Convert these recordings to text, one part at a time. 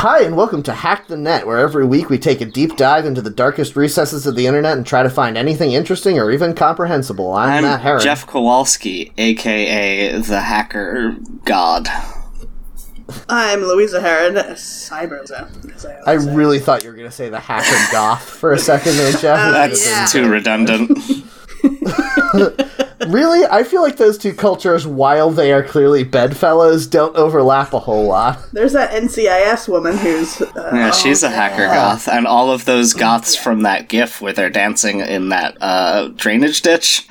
Hi, and welcome to Hack the Net, where every week we take a deep dive into the darkest recesses of the internet and try to find anything interesting or even comprehensible. I'm, I'm Matt Herron. Jeff Kowalski, aka the hacker god. I'm Louisa Heron, a cyber zone. as I always say. really thought you were going to say the hack and goth for a second there, Jeff. That's yeah. too redundant. Really? I feel like those two cultures, while they are clearly bedfellows, don't overlap a whole lot. There's that NCIS woman who's. Uh, yeah, she's a hacker goth, and all of those goths from that GIF where they're dancing in that uh, drainage ditch.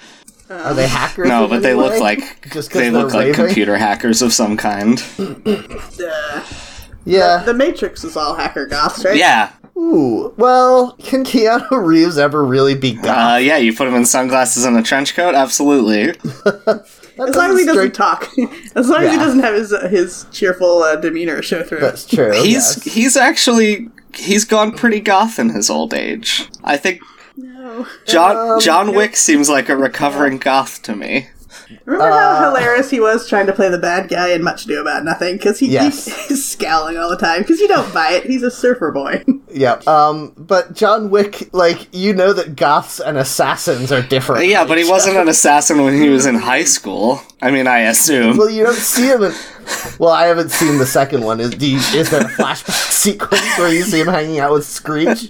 Are they hackers? No, in but any they look way? like Just 'cause they look they're like waving? computer hackers of some kind. uh, Yeah. the Matrix is all hacker goths, right? Yeah, Ooh. Well, can Keanu Reeves ever really be goth? uh, yeah. You put him in sunglasses and a trench coat. Absolutely. That As long as doesn't he strike- doesn't talk, as long as he Yeah. doesn't have his uh, his cheerful uh, demeanor show through. That's true. He's He's he's actually he's gone pretty goth in his old age. I think no. John Um, John Wick seems like a recovering goth to me. Remember Uh, how hilarious he was trying to play the bad guy in Much Ado About Nothing? Because he, Yes. he- he's scowling all the time. Because you don't buy it. He's a surfer boy. yeah. Um, but John Wick, like you know that goths and assassins are different. Yeah, but he wasn't an assassin when he was in high school. I mean, I assume. Well, you don't see him. In... Well, I haven't seen the second one. Is, do you, is there a flashback sequence where you see him hanging out with Screech?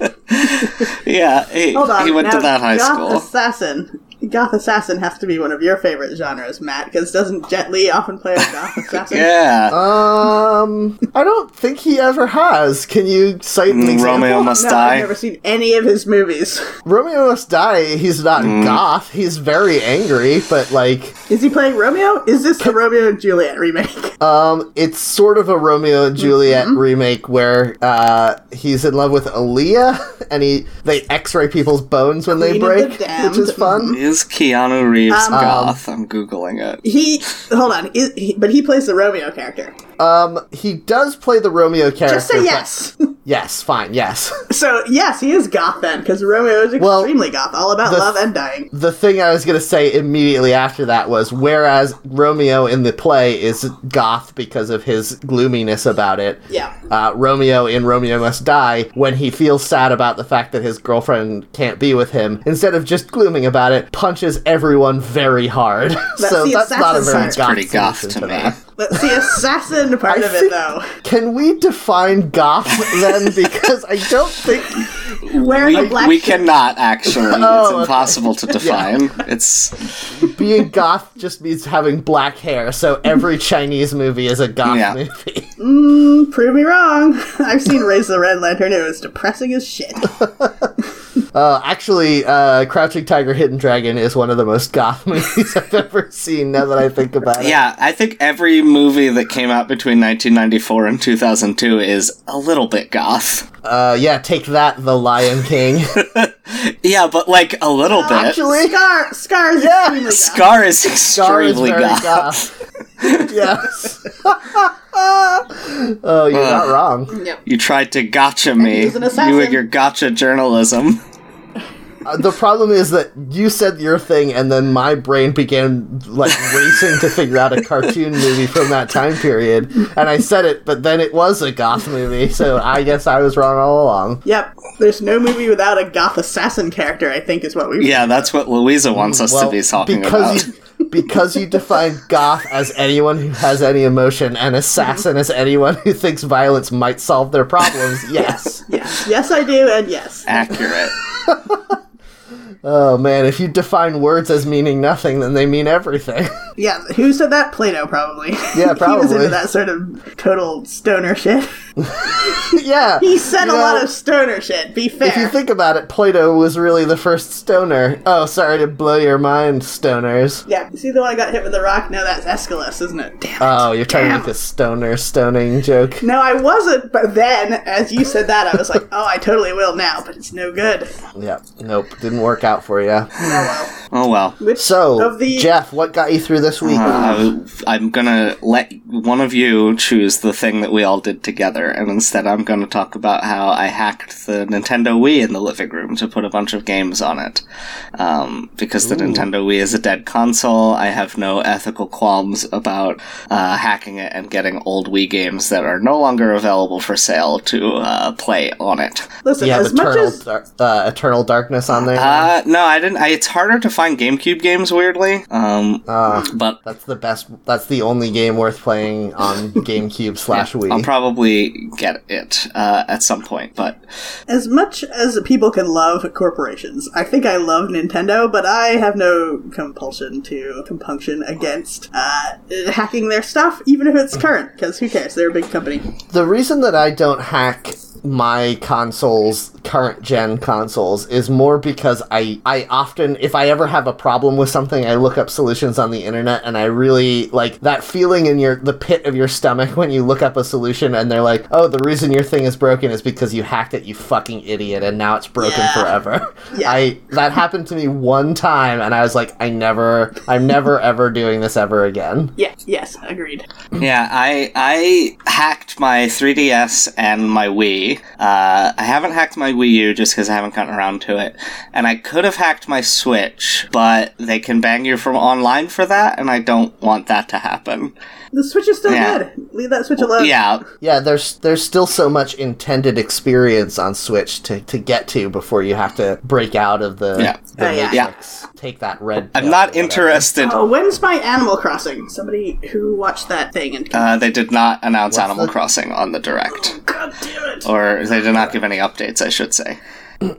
Yeah, he, Hold on. he went now, to that high goth school. Assassin. Goth assassin has to be one of your favorite genres, Matt. Because doesn't Jet Li often play a goth assassin? yeah, Um, I don't think he ever has. Can you cite an example? Um, Romeo must No, die. I've never seen any of his movies. Romeo Must Die, he's not Mm. goth. He's very angry, but like, Is he playing Romeo? Is this the Romeo and Juliet remake? um, it's sort of a Romeo and Juliet Mm-hmm. remake where uh, he's in love with Aaliyah, and he they X-ray people's bones when they Queen of the break, Damned. which is fun. is Keanu Reeves Um, goth? I'm googling it. He hold on, is, he, but he plays the Romeo character. Um, he does play the Romeo character. Just say but- yes. Yes, fine, yes. so yes, he is goth then, because Romeo is Well, extremely goth, all about the- love and dying. the thing I was gonna say immediately after that was, whereas Romeo in the play is goth because of his gloominess about it. Yeah. uh, Romeo in Romeo Must Die when he feels sad about the fact that his girlfriend can't be with him. Instead of just glooming about it, punches everyone very hard. so the that's not a very goth assassin's heart. Sounds Pretty goth solution to to me. that. But the assassin part I of it think- though, Can we define goth then? Because I don't think wearing a We, black we shirt. cannot actually. Oh, it's okay. impossible to define. It's being goth just means having black hair. So every Chinese movie is a goth Yeah. movie. Prove me wrong. I've seen Raise the Red Lantern. It was depressing as shit. Uh, actually, uh, Crouching Tiger, Hidden Dragon is one of the most goth movies I've ever seen. Now that I think about it, yeah. I think every movie that came out between 1994 and 2002 is a little bit goth. uh, yeah, take that, The Lion King. Yeah, but like a little bit. Actually, Scar, Scar is Yeah. extremely goth. Scar is Star is extremely very goth. goth. yes. oh, you're not wrong. You tried to gotcha me. he's You an with assassin. your gotcha journalism. Uh, the problem is that you said your thing, and then my brain began like racing to figure out a cartoon movie from that time period. And I said it, but then it was a goth movie, so I guess I was wrong all along. Yep. There's no movie without a goth assassin character, I think is what we Yeah, that's what Louisa wants us to be talking about. because you because you define goth as anyone who has any emotion, and assassin as anyone who thinks violence might solve their problems. Yes. Yes. Yes I do and yes. Accurate. Oh man, if you define words as meaning nothing, then they mean everything. Yeah, who said that? Plato probably. Yeah, he was probably. into that sort of total stoner shit. yeah. He said You a know, lot of stoner shit, be fair. If you think about it, Plato was really the first stoner. Oh, sorry to blow your mind, stoners. yeah, see the one I got hit with the rock? No, that's Aeschylus, isn't it? Damn it. Oh, you're trying to Damn. make a stoner stoning joke. no, I wasn't, but then, as you said that, I was like, oh, I totally will now, but it's no good. Yeah, nope, didn't work out for you. Oh well. Which So, of the Jeff, what got you through this week? Uh, I'm gonna let one of you choose the thing that we all did together, and instead I'm going to talk about how I hacked the Nintendo Wii in the living room to put a bunch of games on it. Um, because the Nintendo Wii is a dead console, I have no ethical qualms about uh, hacking it and getting old Wii games that are no longer available for sale to uh, play on it. Listen, you have as much Eternal, as Dar- uh, Eternal Darkness on there. Uh, no, I didn't. I, it's harder to find GameCube games, weirdly. Um, Ah, but that's the best. That's the only game worth playing on GameCube slash I'll Wii. probably get it uh, at some point. But as much as people can love corporations, I think I love Nintendo, but I have no compulsion to compunction against uh, hacking their stuff, even if it's current. Because who cares? They're a big company. the reason that I don't hack my consoles current gen consoles is more because i i often if i ever have a problem with something i look up solutions on the internet and i really like that feeling in your the pit of your stomach when you look up a solution and they're like oh the reason your thing is broken is because you hacked it you fucking idiot and now it's broken Yeah. forever Yeah. i that happened to me one time and i was like i never i'm never ever doing this ever again Yeah. Yes. Agreed. yeah, I I hacked my 3DS and my Wii. Uh, I haven't hacked my Wii U just because I haven't gotten around to it, and I could have hacked my Switch, but they can bang you from online for that, and I don't want that to happen. The Switch is still Yeah. good. Leave that Switch alone. Yeah, Yeah, there's there's still so much intended experience on Switch to, to get to before you have to break out of the, Yeah. the Oh, yeah. matrix. Take that red. I'm pill not or whatever. interested. Oh, when's my Animal Crossing? Somebody who watched that thing and Uh, they did not announce What's Animal the- Crossing on the direct. God damn it! or they did not give any updates, I should say.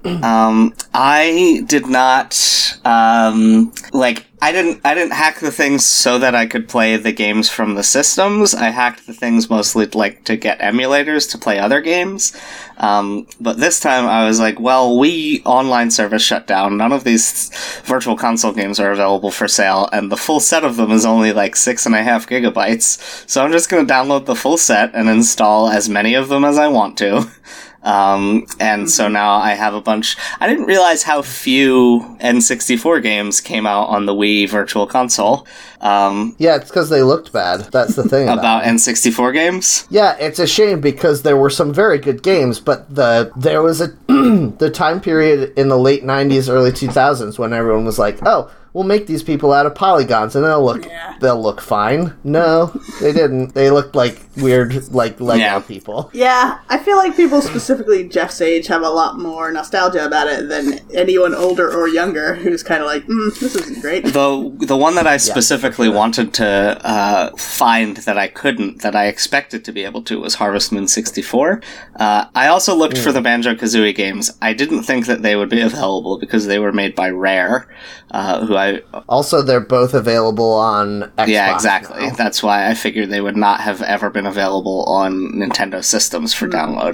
um, I did not um, like I didn't I didn't hack the things so that I could play the games from the systems. I hacked the things mostly like to get emulators to play other games. Um, but this time I was like, well, we online service shut down. None of these virtual console games are available for sale, and the full set of them is only like six and a half gigabytes. So I'm just going to download the full set and install as many of them as I want to. Um, and so now I have a bunch. I didn't realize how few N64 games came out on the Wii Virtual Console. Um, Yeah, it's because they looked bad. That's the thing. about, about it. N64 games? yeah, it's a shame because there were some very good games, but the there was a the time period in the late '90s, early 2000s when everyone was like, "Oh, we'll make these people out of polygons and they'll look Yeah. they'll look fine." No, they didn't. They looked like weird like Lego Yeah. people. Yeah, I feel like people specifically Jeff's age have a lot more nostalgia about it than anyone older or younger who's kind of like, mm, this isn't great. The the one that I specifically wanted to uh, find that I couldn't that I expected to be able to was Harvest Moon 64. Uh, I also looked for the Banjo Kazooie games. I didn't think that they would be available because they were made by Rare, uh, who I Also, they're both available on Xbox. Yeah, exactly. now. That's why I figured they would not have ever been available on Nintendo systems for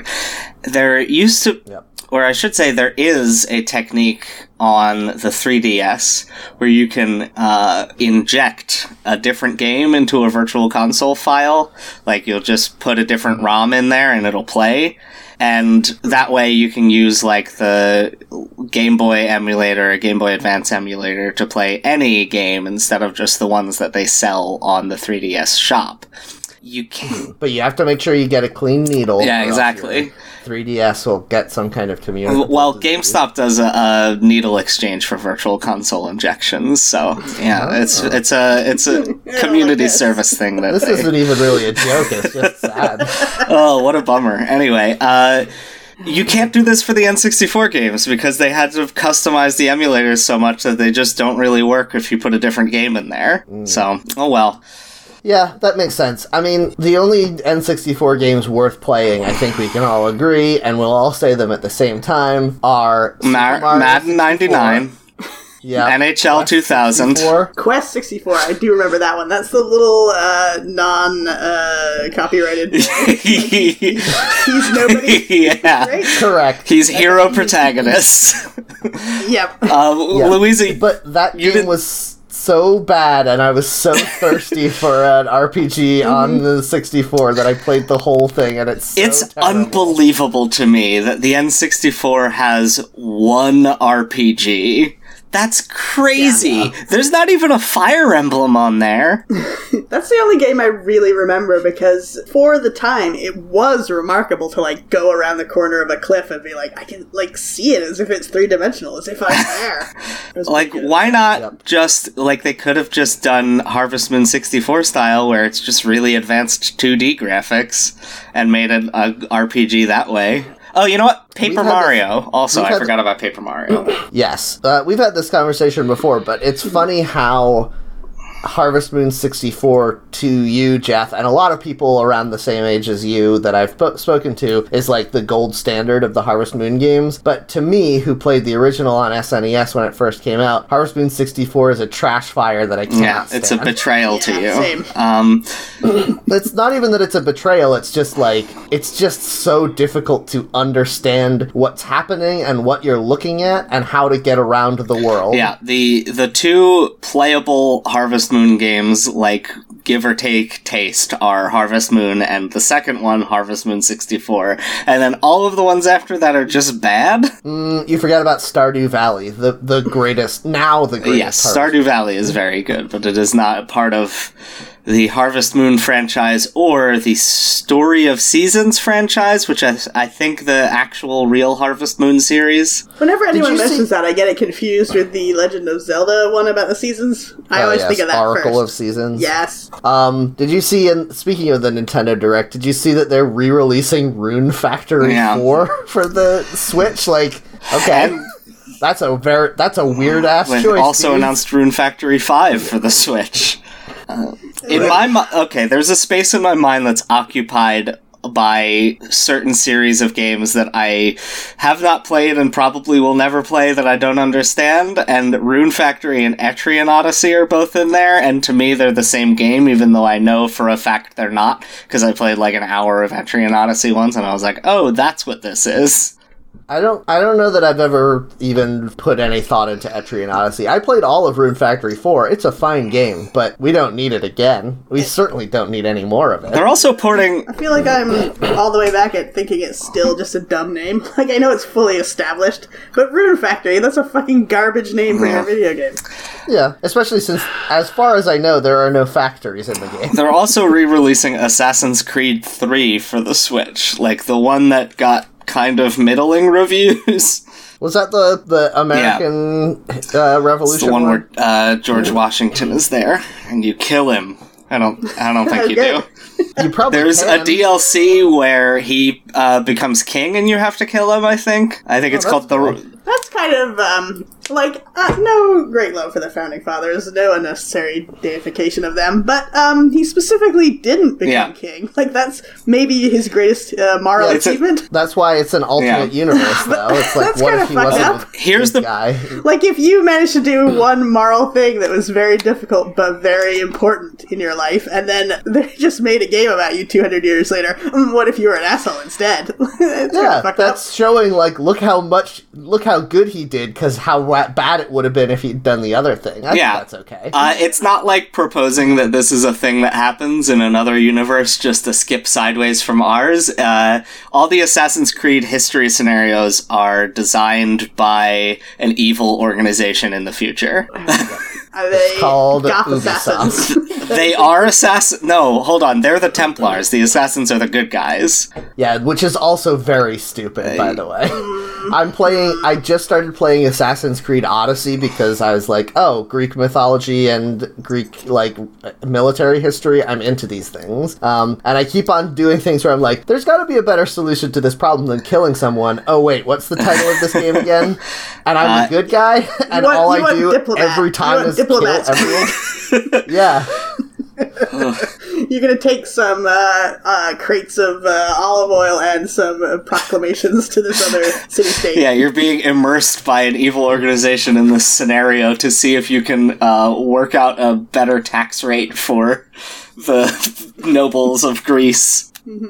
download. There used to, Yep. or I should say, there is a technique on the 3DS where you can uh, inject a different game into a virtual console file. Like you'll just put a different ROM in there and it'll play. And that way you can use like the Game Boy emulator, a Game Boy Advance emulator to play any game instead of just the ones that they sell on the 3DS shop. You can But you have to make sure you get a clean needle. Yeah, or else exactly. your 3DS will get some kind of community. well, GameStop does a, a needle exchange for virtual console injections, so yeah, it's it's a it's a community Oh, yes. service thing that Ah. This they- isn't even really a joke. It's just sad. oh, what a bummer. Anyway, uh, you can't do this for the N64 games because they had to have customized the emulators so much that they just don't really work if you put a different game in there. Mm. So, oh well. yeah, that makes sense. I mean, the only N64 games worth playing, I think we can all agree, and we'll all say them at the same time, are Super Mar- Mario Madden 99, 64, yeah, NHL 2000. 64, Quest 64, I do remember that one. That's the little uh, non uh, copyrighted. He's nobody. yeah. Great. correct. He's hero protagonist. Yep. Um, Luigi, But that You game did- was so bad, and I was so thirsty for an RPG on the 64 that I played the whole thing, and it's so it's terrible. unbelievable to me that the N64 has one RPG. That's crazy. There's not even a fire emblem on there. That's the only game I really remember because for the time it was remarkable to like go around the corner of a cliff and be like, I can like see it as if it's three dimensional, as if I'm there. It was Like, pretty good. why not Yep. just like they could have just done Harvestman 64 style, where it's just really advanced 2D graphics and made an a RPG that way. Oh, you know what? had Paper this- Mario. also, we've I had- forgot about Paper Mario. Yes, uh, we've had this conversation before, but it's funny how Harvest Moon 64 to you, Jeff, and a lot of people around the same age as you that I've po- spoken to is like the gold standard of the Harvest Moon games. But to me, who played the original on SNES when it first came out, Harvest Moon 64 is a trash fire that I cannot yeah, it's a stand. betrayal to you. Yeah, same. Um, It's not even that it's a betrayal, it's just like it's just so difficult to understand what's happening and what you're looking at and how to get around the world. Yeah, the the two playable Harvest Moon games, like give or take taste, are Harvest Moon and the second one, Harvest Moon sixty four, and then all of the ones after that are just bad. You forgot about Stardew Valley, the the greatest now the greatest. yes, harvest. Stardew Valley is very good, but it is not a part of the Harvest Moon franchise or the Story of Seasons franchise, which I, I think the actual real Harvest Moon series. Whenever anyone you see- mentions that, I get it confused with the Legend of Zelda one about the seasons. I Oh, always yes, think of that Oracle first. of Seasons. yes. Um, did you see? And speaking of the Nintendo Direct, did you see that they're re-releasing Rune Factory Yeah. Four for the Switch? Like, okay, And- that's a very that's a weird ass With choice. also dude. announced Rune Factory 5 for the Switch. Uh, in my mi- okay, there's a space in my mind that's occupied by certain series of games that I have not played and probably will never play that I don't understand, and Rune Factory and Etrian Odyssey are both in there, and to me they're the same game, even though I know for a fact they're not, because I played like an hour of Etrian Odyssey once and I was like, oh, that's what this is. I don't I don't know that I've ever even put any thought into Etrian Odyssey. I played all of Rune Factory Four. It's a fine game, but we don't need it again. We certainly don't need any more of it. They're also porting I feel like I'm all the way back at thinking it's still just a dumb name. Like, I know it's fully established, but Rune Factory, that's a fucking garbage name for Yeah. your video game. Yeah, especially since, as far as I know, there are no factories in the game. They're also re-releasing Assassin's Creed 3 for the Switch, like the one that got kind of middling reviews. Was that the the American uh, Revolution? the one one? where uh, George Washington is there and you kill him. I don't I don't think you do. Okay. you probably There's a can. DLC where he uh, becomes king and you have to kill him, I think. I think it's Oh, that's called the That's kind of, um, like, uh, no great love for the Founding Fathers, no unnecessary deification of them, but, um, he specifically didn't become Yeah. king. Like, that's maybe his greatest uh, moral Yeah, it's a- achievement. That's why it's an alternate Yeah. universe, though. It's like That's what kinda if he fucked wasn't up. a Here's the guy? Like, if you managed to do one moral thing that was very difficult but very important in your life, and then they just made a game about you 200 years later, mm, what if you were an asshole instead? It's kinda Yeah, fucked up. that's showing like look how much look how good he did because how wa- bad it would have been if he'd done the other thing. That's, Yeah. that's okay. Uh, it's not like proposing that this is a thing that happens in another universe just to skip sideways from ours. Uh, all the Assassin's Creed history scenarios are designed by an evil organization in the future. Are they called goth Ubisoft. assassins? they are assassins. No, hold on. They're the Templars. The assassins are the good guys. Yeah, which is also very stupid, by the way. I'm playing. I just started playing Assassin's Creed Odyssey because I was like, oh, Greek mythology and Greek like military history. I'm into these things, um, and I keep on doing things where I'm like, there's got to be a better solution to this problem than killing someone. Oh wait, what's the title of this game again? And I'm Uh, the good guy, and want- all I you want do diplomat. every You time want is diplomat. kill everyone. yeah. You're gonna take some uh, uh, crates of uh, olive oil and some uh, proclamations to this other city state. Yeah, you're being immersed by an evil organization in this scenario to see if you can uh, work out a better tax rate for the nobles of Greece.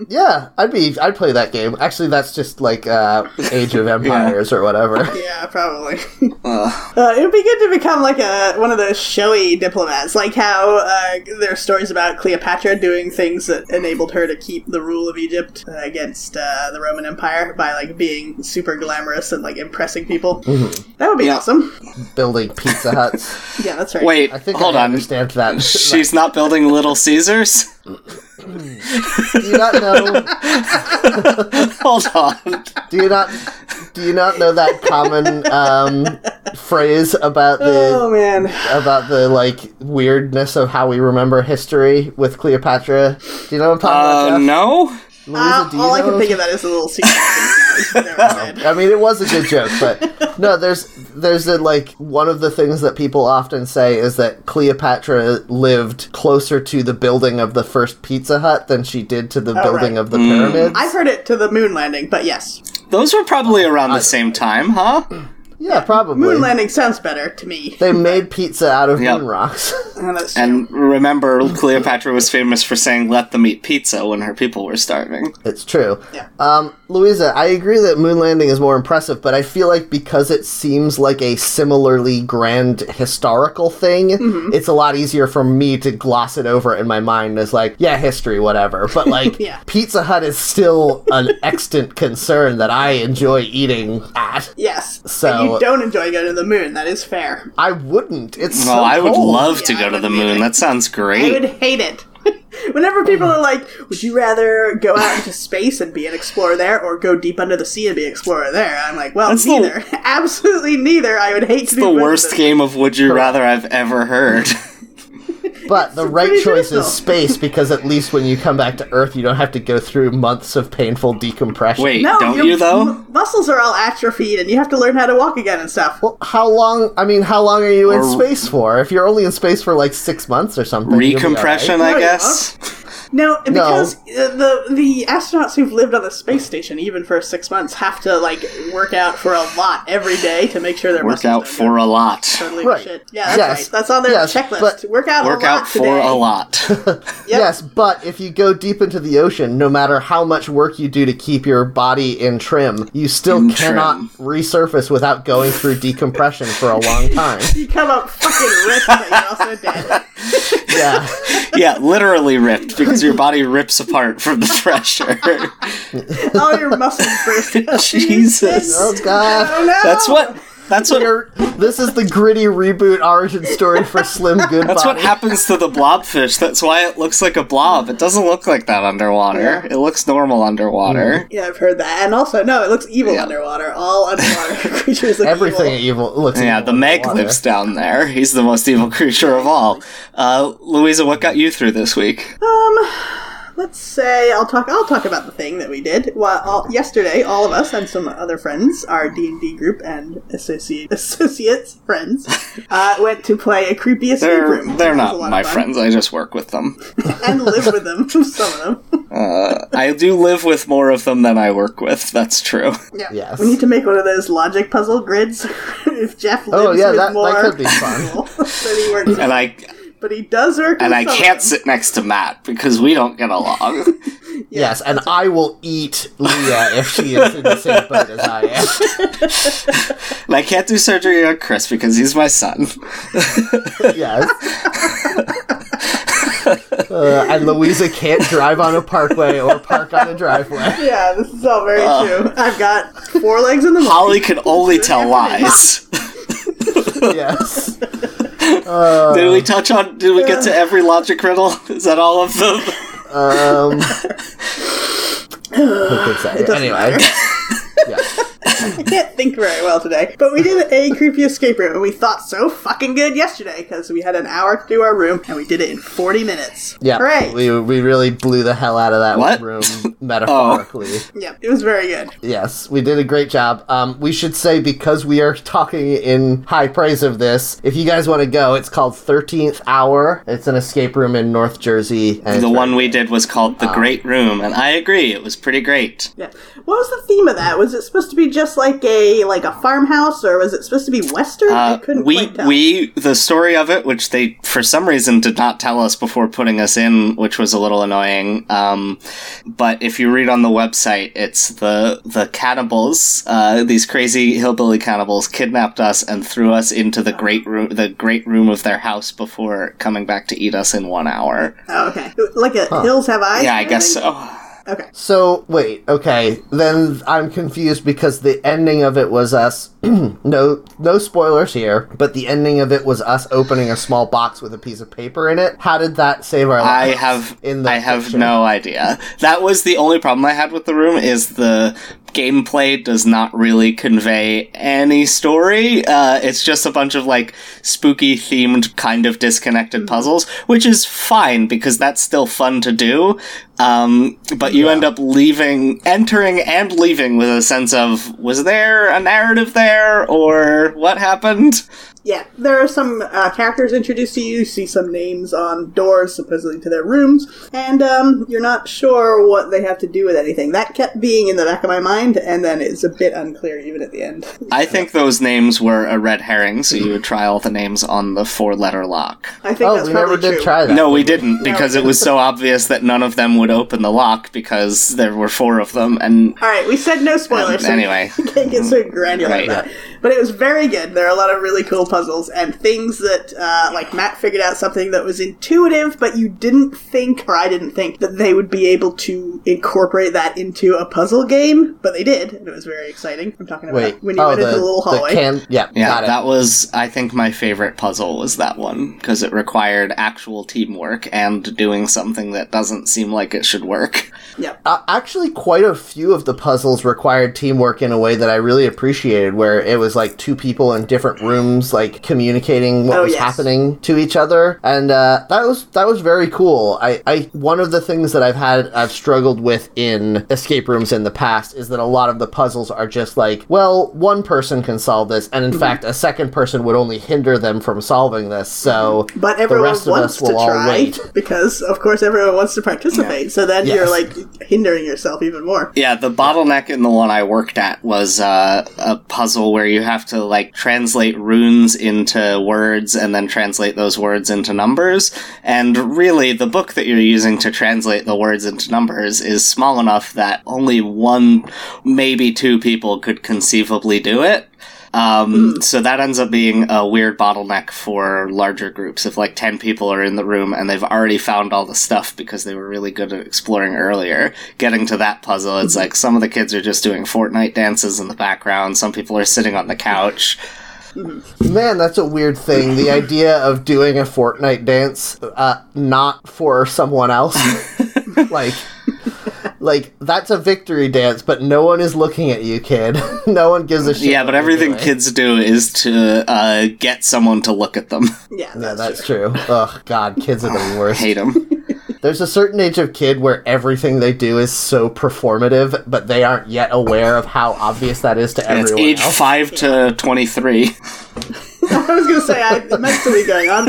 Yeah, I'd be. I'd play that game. Actually, that's just like uh, Age of Empires or whatever. Yeah, probably. Ugh. Uh, it would be good to become like a one of those showy diplomats, like how uh, there are stories about Cleopatra doing things that enabled her to keep the rule of Egypt uh, against uh, the Roman Empire by like being super glamorous and like impressing people. Mm-hmm. That would be Yeah. awesome. Building Pizza Huts. Yeah, that's right. Wait, I think hold I on. understand that. She's not building Little Caesars? do you not know? hold on. Do you not? Do you not know that common um, phrase about Oh the man. about the like weirdness of how we remember history with Cleopatra? Do you know what I'm talking Uh, about? Jeff? no? Louisa, Uh, do you all I know? can think of that is a little secret. I mean, it was a good joke, but no, there's there's a, like one of the things that people often say is that Cleopatra lived closer to the building of the first Pizza Hut than she did to the building right. of the pyramids. I've heard it to the moon landing, but yes, Those were probably Oh, around the same time, huh? yeah, probably. moon landing sounds better to me. They made pizza out of Yep. moon rocks. Oh, that's true. And remember, Cleopatra was famous for saying, let them eat pizza when her people were starving. it's true. Yeah. Um, Louisa, I agree that moon landing is more impressive, but I feel like because it seems like a similarly grand historical thing, Mm-hmm. it's a lot easier for me to gloss it over in my mind as like, yeah, history, whatever. But like, Yeah. Pizza Hut is still an extant concern that I enjoy eating at. Yes. So- and you don't enjoy going to the moon. That is fair. I wouldn't. It's so Well, I would cold. love to Yeah, go to I the wouldn't moon. either. That sounds I would great. hate it. Whenever people are like, "Would you rather go out into space and be an explorer there, or go deep under the sea and be an explorer there?" I'm like, "Well, That's the- neither. Absolutely neither. I would hate to do The both of worst them. game of Would You Rather I've ever heard. But the right pretty choice is traditional. space because at least when you come back to Earth, you don't have to go through months of painful decompression. Wait, No, don't your you, though? mu- muscles are all atrophied, and you have to learn how to walk again and stuff. Well, how long? I mean, how long are you in Or- space for? If you're only in space for like six months or something, you'll be all right. Recompression, No, I you guess? No, because uh, the the astronauts who've lived on the space station, even for six months, have to like work out for a lot every day to make sure their Work muscles out don't for a lot. go totally to Right. shit. Yeah, that's Yes. right. That's on their Yes, checklist. but- work out Work a lot out today. for a lot. Yep. Yes, but if you go deep into the ocean, no matter how much work you do to keep your body in trim, you still In cannot trim. resurface without going through decompression for a long time. You come up fucking rich, but you're also dead. Yeah, yeah, literally ripped because your body rips apart from the pressure. All your muscles burst. Jesus. Oh, God. I don't know. That's what. That's what. You're- this is the gritty reboot origin story for Slim Goodbody. That's what happens to the blobfish. That's why it looks like a blob. It doesn't look like that underwater. It looks normal underwater. Yeah, I've heard that. And also, no, it looks evil Yeah. underwater. All underwater creatures look Everything evil. evil looks. Yeah, evil the in Meg water. lives down there. He's the most evil creature of all. Uh, Louisa, what got you through this week? Um, Let's say I'll talk. I'll talk about the thing that we did. Well, all, yesterday, all of us and some other friends, our D and D group and associate associates friends, uh, went to play a creepy escape They're room. they're It was a not lot of my fun. friends. I just work with them. and live with them. Some of them. Uh, I do live with more of them than I work with. That's true. Yeah. Yes. We need to make one of those logic puzzle grids. if Jeff lives Oh, yeah, with that- that more could be fun. people than he works And I with. but he does work. and with I some of can't them. sit next to Matt because we don't get along. Yes, and I will eat Leah if she is in the same boat as I am. And I can't do surgery on Chris because he's my son. Yes. Uh, and Louisa can't drive on a parkway or park on a driveway. Yeah, this is all very true. I've got four legs in the mall. Holly can only tell lies. Yes. Did we touch on? Did we get to every logic riddle? Is that all of them? Um. who could say? Anyway. Yeah. I can't think very well today. But we did a creepy escape room, and we thought so fucking good yesterday because we had an hour to do our room, and we did it in 40 minutes. Yeah. Hooray! We, we really blew the hell out of that What? room metaphorically. Yeah, it was very good. Yes, we did a great job. Um, we should say because we are talking in high praise of this. If you guys want to go, it's called Thirteenth Hour. It's an escape room in North Jersey. And The one we did was called The Great Room, and I agree, it was pretty great. Yeah. What was the theme of that? Was it supposed to be just like a like a farmhouse, or was it supposed to be western? I Uh, couldn't we quite tell. we the story of it, which they for some reason did not tell us before putting us in, which was a little annoying. Um, but if you read on the website, it's the the cannibals, uh, these crazy hillbilly cannibals, kidnapped us and threw us into the great room, the great room of their house before coming back to eat us in one hour. oh, okay, like a hills have eyes. Yeah, I kind of guess oh. thing? so. Okay. So wait, okay. Then I'm confused because the ending of it was us. no, no spoilers here, but the ending of it was us opening a small box with a piece of paper in it. How did that save our I lives? have in the I have picture? no idea. That was the only problem I had with the room is the gameplay does not really convey any story. Uh, it's just a bunch of like spooky themed kind of disconnected Mm-hmm. puzzles, which is fine because that's still fun to do. Um, but you end up leaving, entering and leaving with a sense of was there a narrative there or what happened? Yeah, there are some uh, characters introduced to you. You see some names on doors, supposedly to their rooms, and um, you're not sure what they have to do with anything. That kept being in the back of my mind, and then it's a bit unclear even at the end. I think those names were a red herring, so you would try all the names on the four letter lock. I think Oh, that's we probably never did true. try that. No, we didn't, because it was so obvious that none of them would open the lock because there were four of them, and All right, we said no spoilers. so Um, anyway. we can't get so granular Right. about it. But it was very good. There are a lot of really cool puzzles and things that, uh, like Matt figured out something that was intuitive, but you didn't think, or I didn't think, that they would be able to incorporate that into a puzzle game. But they did, and it was very exciting. I'm talking about Wait. when you oh, went the, into the little hallway. The can- yeah, yeah, got it. that was I think my favorite puzzle was that one because it required actual teamwork and doing something that doesn't seem like it should work. Yep. uh, actually quite a few of the puzzles required teamwork in a way that I really appreciated where it was like two people in different rooms like communicating what Oh, was yes. happening to each other and uh, that was that was very cool I, I one of the things that I've had I've struggled with in escape rooms in the past is that a lot of the puzzles are just like well one person can solve this and in Mm-hmm. fact a second person would only hinder them from solving this so But everyone the rest of wants us to will all try wait because, of course, everyone wants to participate. So then you're Yes. like hindering yourself even more. Yeah, the bottleneck in the one I worked at was uh, a puzzle where you have to like translate runes into words and then translate those words into numbers. And really, the book that you're using to translate the words into numbers is small enough that only one, maybe two people could conceivably do it. Um, Hmm. So that ends up being a weird bottleneck for larger groups. If like 10 people are in the room and they've already found all the stuff because they were really good at exploring earlier, getting to that puzzle, it's Hmm. like some of the kids are just doing Fortnite dances in the background, some people are sitting on the couch. Man, that's a weird thing. The idea of doing a Fortnite dance, uh, not for someone else, like, like that's a victory dance, but no one is looking at you, kid. no one gives a shit. Yeah, but what you're everything doing. kids do is to uh, get someone to look at them. Yeah, Yeah, that's, that's true. Ugh, God, kids are the worst. Hate them. There's a certain age of kid where everything they do is so performative, but they aren't yet aware of how obvious that is to It's everyone age else. 5 to 23. I was going to say, I, it meant to be going on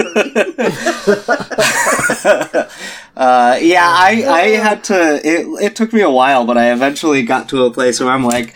for me. Uh, yeah, I, I had to. It, it took me a while, but I eventually got to a place where I'm like,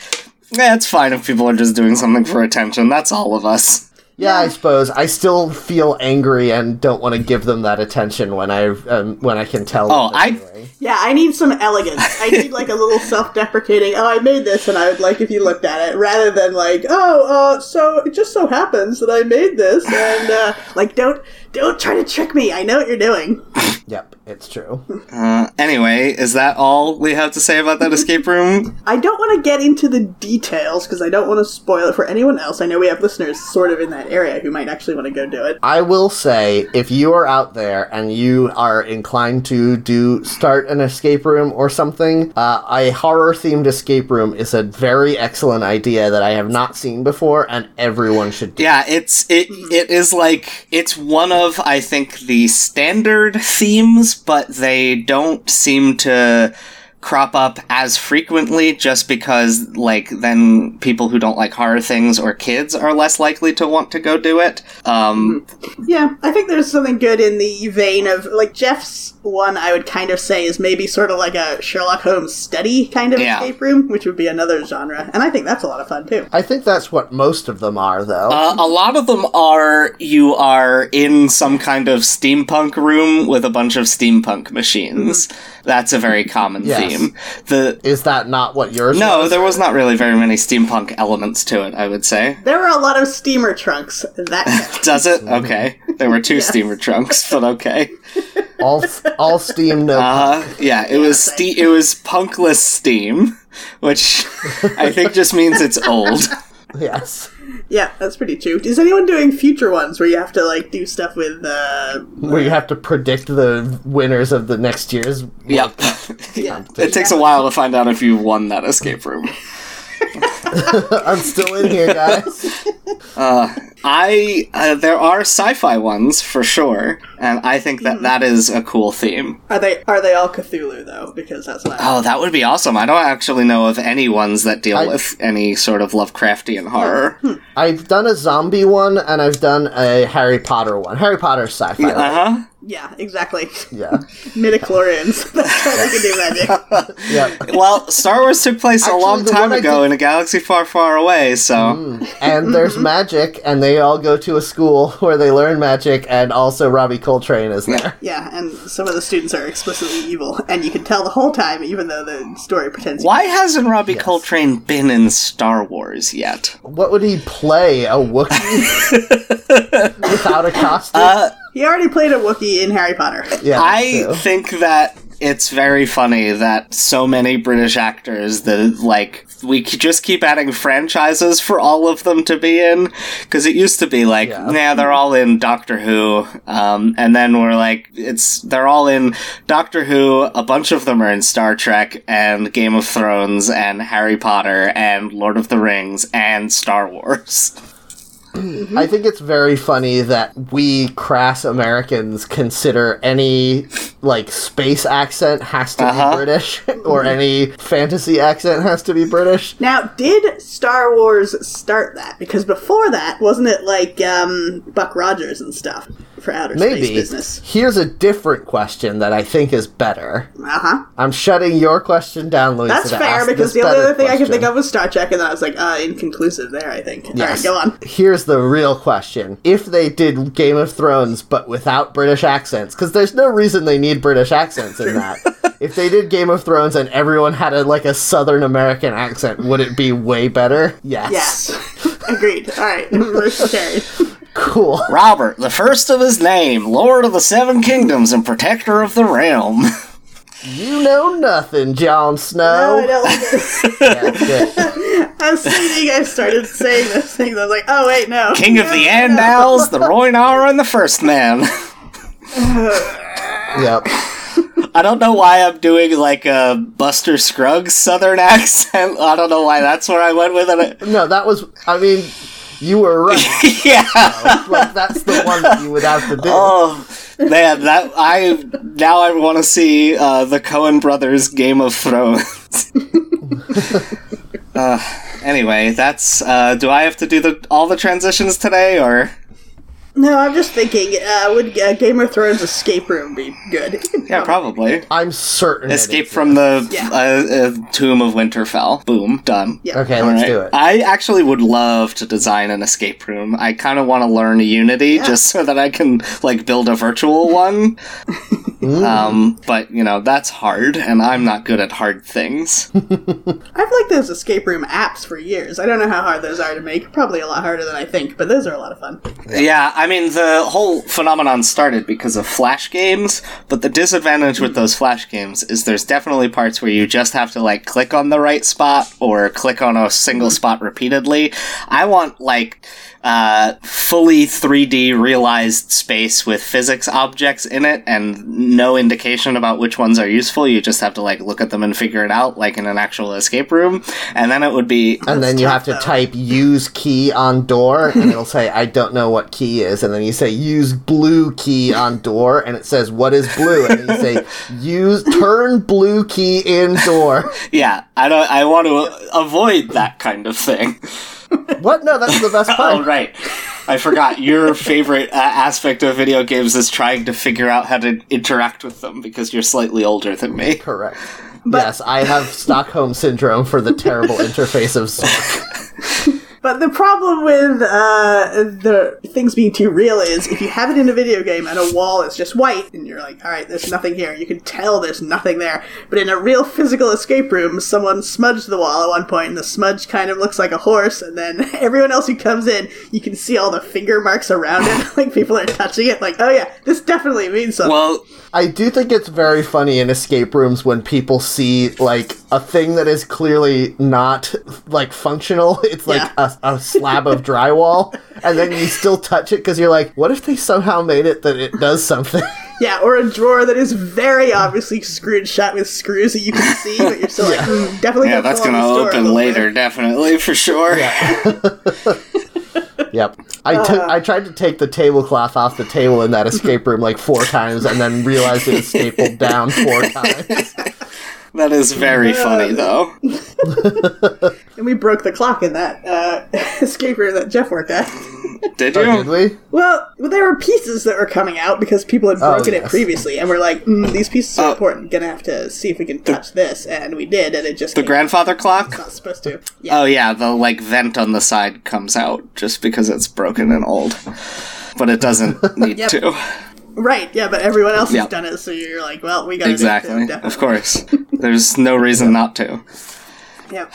yeah, it's fine if people are just doing something for attention. That's all of us. Yeah, I suppose I still feel angry and don't want to give them that attention when I um, when I can tell. Oh, that I. Yeah, I need some elegance. I need like a little self-deprecating. Oh, I made this, and I would like if you looked at it, rather than like, oh, uh, so it just so happens that I made this, and uh, like, don't don't try to trick me. I know what you're doing. Yep, it's true. Uh, anyway, is that all we have to say about that escape room? I don't want to get into the details because I don't want to spoil it for anyone else. I know we have listeners sort of in that area who might actually want to go do it. I will say, if you are out there and you are inclined to do start an escape room or something, uh, a horror themed escape room is a very excellent idea that I have not seen before, and everyone should do. Yeah, it's it it is like it's one of I think the standard themes, but they don't seem to crop up as frequently just because like then people who don't like horror things or kids are less likely to want to go do it um Yeah, I think there's something good in the vein of like Jeff's one. I would kind of say is maybe sort of like a Sherlock Holmes study kind of Yeah. escape room, which would be another genre, and I think that's a lot of fun too. I think that's what most of them are, though. uh, a lot of them are you are in some kind of steampunk room with a bunch of steampunk machines that's a very common Yes. theme the Is that not what yours? no was? there was not really very many steampunk elements to it i would say There were a lot of steamer trunks. That does it okay there were two steamer trunks but okay all all steam. No, Uh, yeah, it was ste- it was punkless steam, which I think just means it's old. yes. yeah, that's pretty true. Is anyone doing future ones where you have to like do stuff with? Uh, Where you have to predict the winners of the next year's. Yep. yeah. It takes a while to find out if you won that escape room. I'm still in here, guys. I uh, there are sci-fi ones for sure, and I think that Hmm. that is a cool theme. Are they are they all Cthulhu though? Because that's what. I- Oh, that would be awesome. I don't actually know of any ones that deal I- with any sort of Lovecraftian Hmm. horror. I've done a zombie one and I've done a Harry Potter one. Harry Potter sci-fi. right? Uh huh. yeah, exactly. Yeah. Midichlorians. that's all they can do magic. Yeah. Well, Star Wars took place a Actually, long the time one I Mm. ago did- in a galaxy far, far away. So. and there's magic, and they all go to a school where they learn magic, and also Robbie Coltrane is there. Yeah, and some of the students are explicitly evil, and you can tell the whole time, even though the story pretends. Why hasn't Robbie Coltrane been in Star Wars yet? What would he play? A Wookiee without a costume? He already played a Wookiee in Harry Potter. yeah, I so- think that it's very funny that so many British actors that like we c- just keep adding franchises for all of them to be in because it used to be like yeah. Yeah. they're all in Doctor Who um, and then we're like it's they're all in Doctor Who a bunch of them are in Star Trek and Game of Thrones and Harry Potter and Lord of the Rings and Star Wars. I think it's very funny that we crass Americans consider any like space accent has to Uh-huh. be British, or any fantasy accent has to be British. Now, did Star Wars start that? Because before that, wasn't it like um, Buck Rogers and stuff for outer space Maybe. business? Here's a different question that I think is better. Uh huh. I'm shutting your question down, Louisa. That's to fair ask because this the only better other thing I could question. think of was Star Trek, and then I was like, uh, inconclusive there. I think. Yes. All right, go on. Here's the real question. If they did Game of Thrones but without British accents, because there's no reason they need British accents in that. if they did Game of Thrones and everyone had a, like a Southern American accent, would it be way better? Yes. Yes. Agreed. All right. Motion carried. Cool. Robert, the first of his name, Lord of the Seven Kingdoms and Protector of the Realm. You know nothing, Jon No, Oh, I Snow. don't like it. That's it. I was thinking I started saying those things. I was like, oh wait, no. King of the Andals, the Roynar, and the First Man. Yep. I don't know why I'm doing like a Buster Scruggs southern accent. I don't know why that's where I went with it. No, that was. I mean, you were right. yeah. like that's the one that you would have to do. Oh man, that I now I want to see uh, the Cohen brothers Game of Thrones. uh, anyway, that's. Uh, do I have to do the all the transitions today, or? No, I'm just thinking. Uh, would uh, Game of Thrones escape room be good? Yeah, probably. I'm certain. it Escape is. from the Yeah. uh, uh, tomb of Winterfell. Boom, done. Yeah. Okay, let's Alright. do it. I actually would love to design an escape room. I kind of want to learn Unity just so that I can like build a virtual one. um, but you know that's hard, and I'm not good at hard things. I've liked those escape room apps for years. I don't know how hard those are to make. Probably a lot harder than I think, but those are a lot of fun. yeah, I mean the whole phenomenon started because of flash games, but the disadvantage with those flash games is there's definitely parts where you just have to like click on the right spot or click on a single spot repeatedly. I want like uh, fully 3D realized space with physics objects in it and no indication about which ones are useful. You just have to like look at them and figure it out, like in an actual escape room. And then it would be And then you have tough, to though. type use key on door, and it'll say, I don't know what key is. And then you say, use blue key on door, and it says, what is blue? And then you say, use turn blue key in door. yeah. I don't. I want to avoid that kind of thing. What? No, that's the best part. Oh right, I forgot. Your favorite uh, aspect of video games is trying to figure out how to interact with them because you're slightly older than me. Correct. yes, I have Stockholm syndrome for the terrible interface of Zork. But the problem with uh, the things being too real is if you have it in a video game and a wall is just white, and you're like, all right, there's nothing here. You can tell there's nothing there. But in a real physical escape room, someone smudged the wall at one point, and the smudge kind of looks like a horse. And then everyone else who comes in, you can see all the finger marks around it. like people are touching it. Like, oh yeah, this definitely means something. Well, I do think it's very funny in escape rooms when people see like a thing that is clearly not like functional. It's like a, a slab of drywall, and then you still touch it because you're like, what if they somehow made it that it does something? yeah, or a drawer that is very obviously screwed shut with screws that you can see, but you're still like, "Hmm, definitely. yeah, gotta that's pull on gonna this drawer a open little bit." later, definitely for sure. yep. I took I tried to take the tablecloth off the table in that escape room like four times, and then realized it was stapled down four times. That is very funny though. And we broke the clock in that uh, escape room that Jeff worked at. Did Or did you? we? Well, there were pieces that were coming out because people had Oh, broken it yes. previously, and we're like, mm, these pieces are Oh. important. Gonna have to see if we can touch this, and we did, and it just The grandfather clock? not supposed to. Yeah, Oh yeah, the like vent on the side comes out just because it's broken and old. But it doesn't need Yep. to. right. Yeah, but everyone else Yeah. has done it, so you're like, well, we gotta do it, Exactly. definitely. Of course. There's no reason not to. Yep.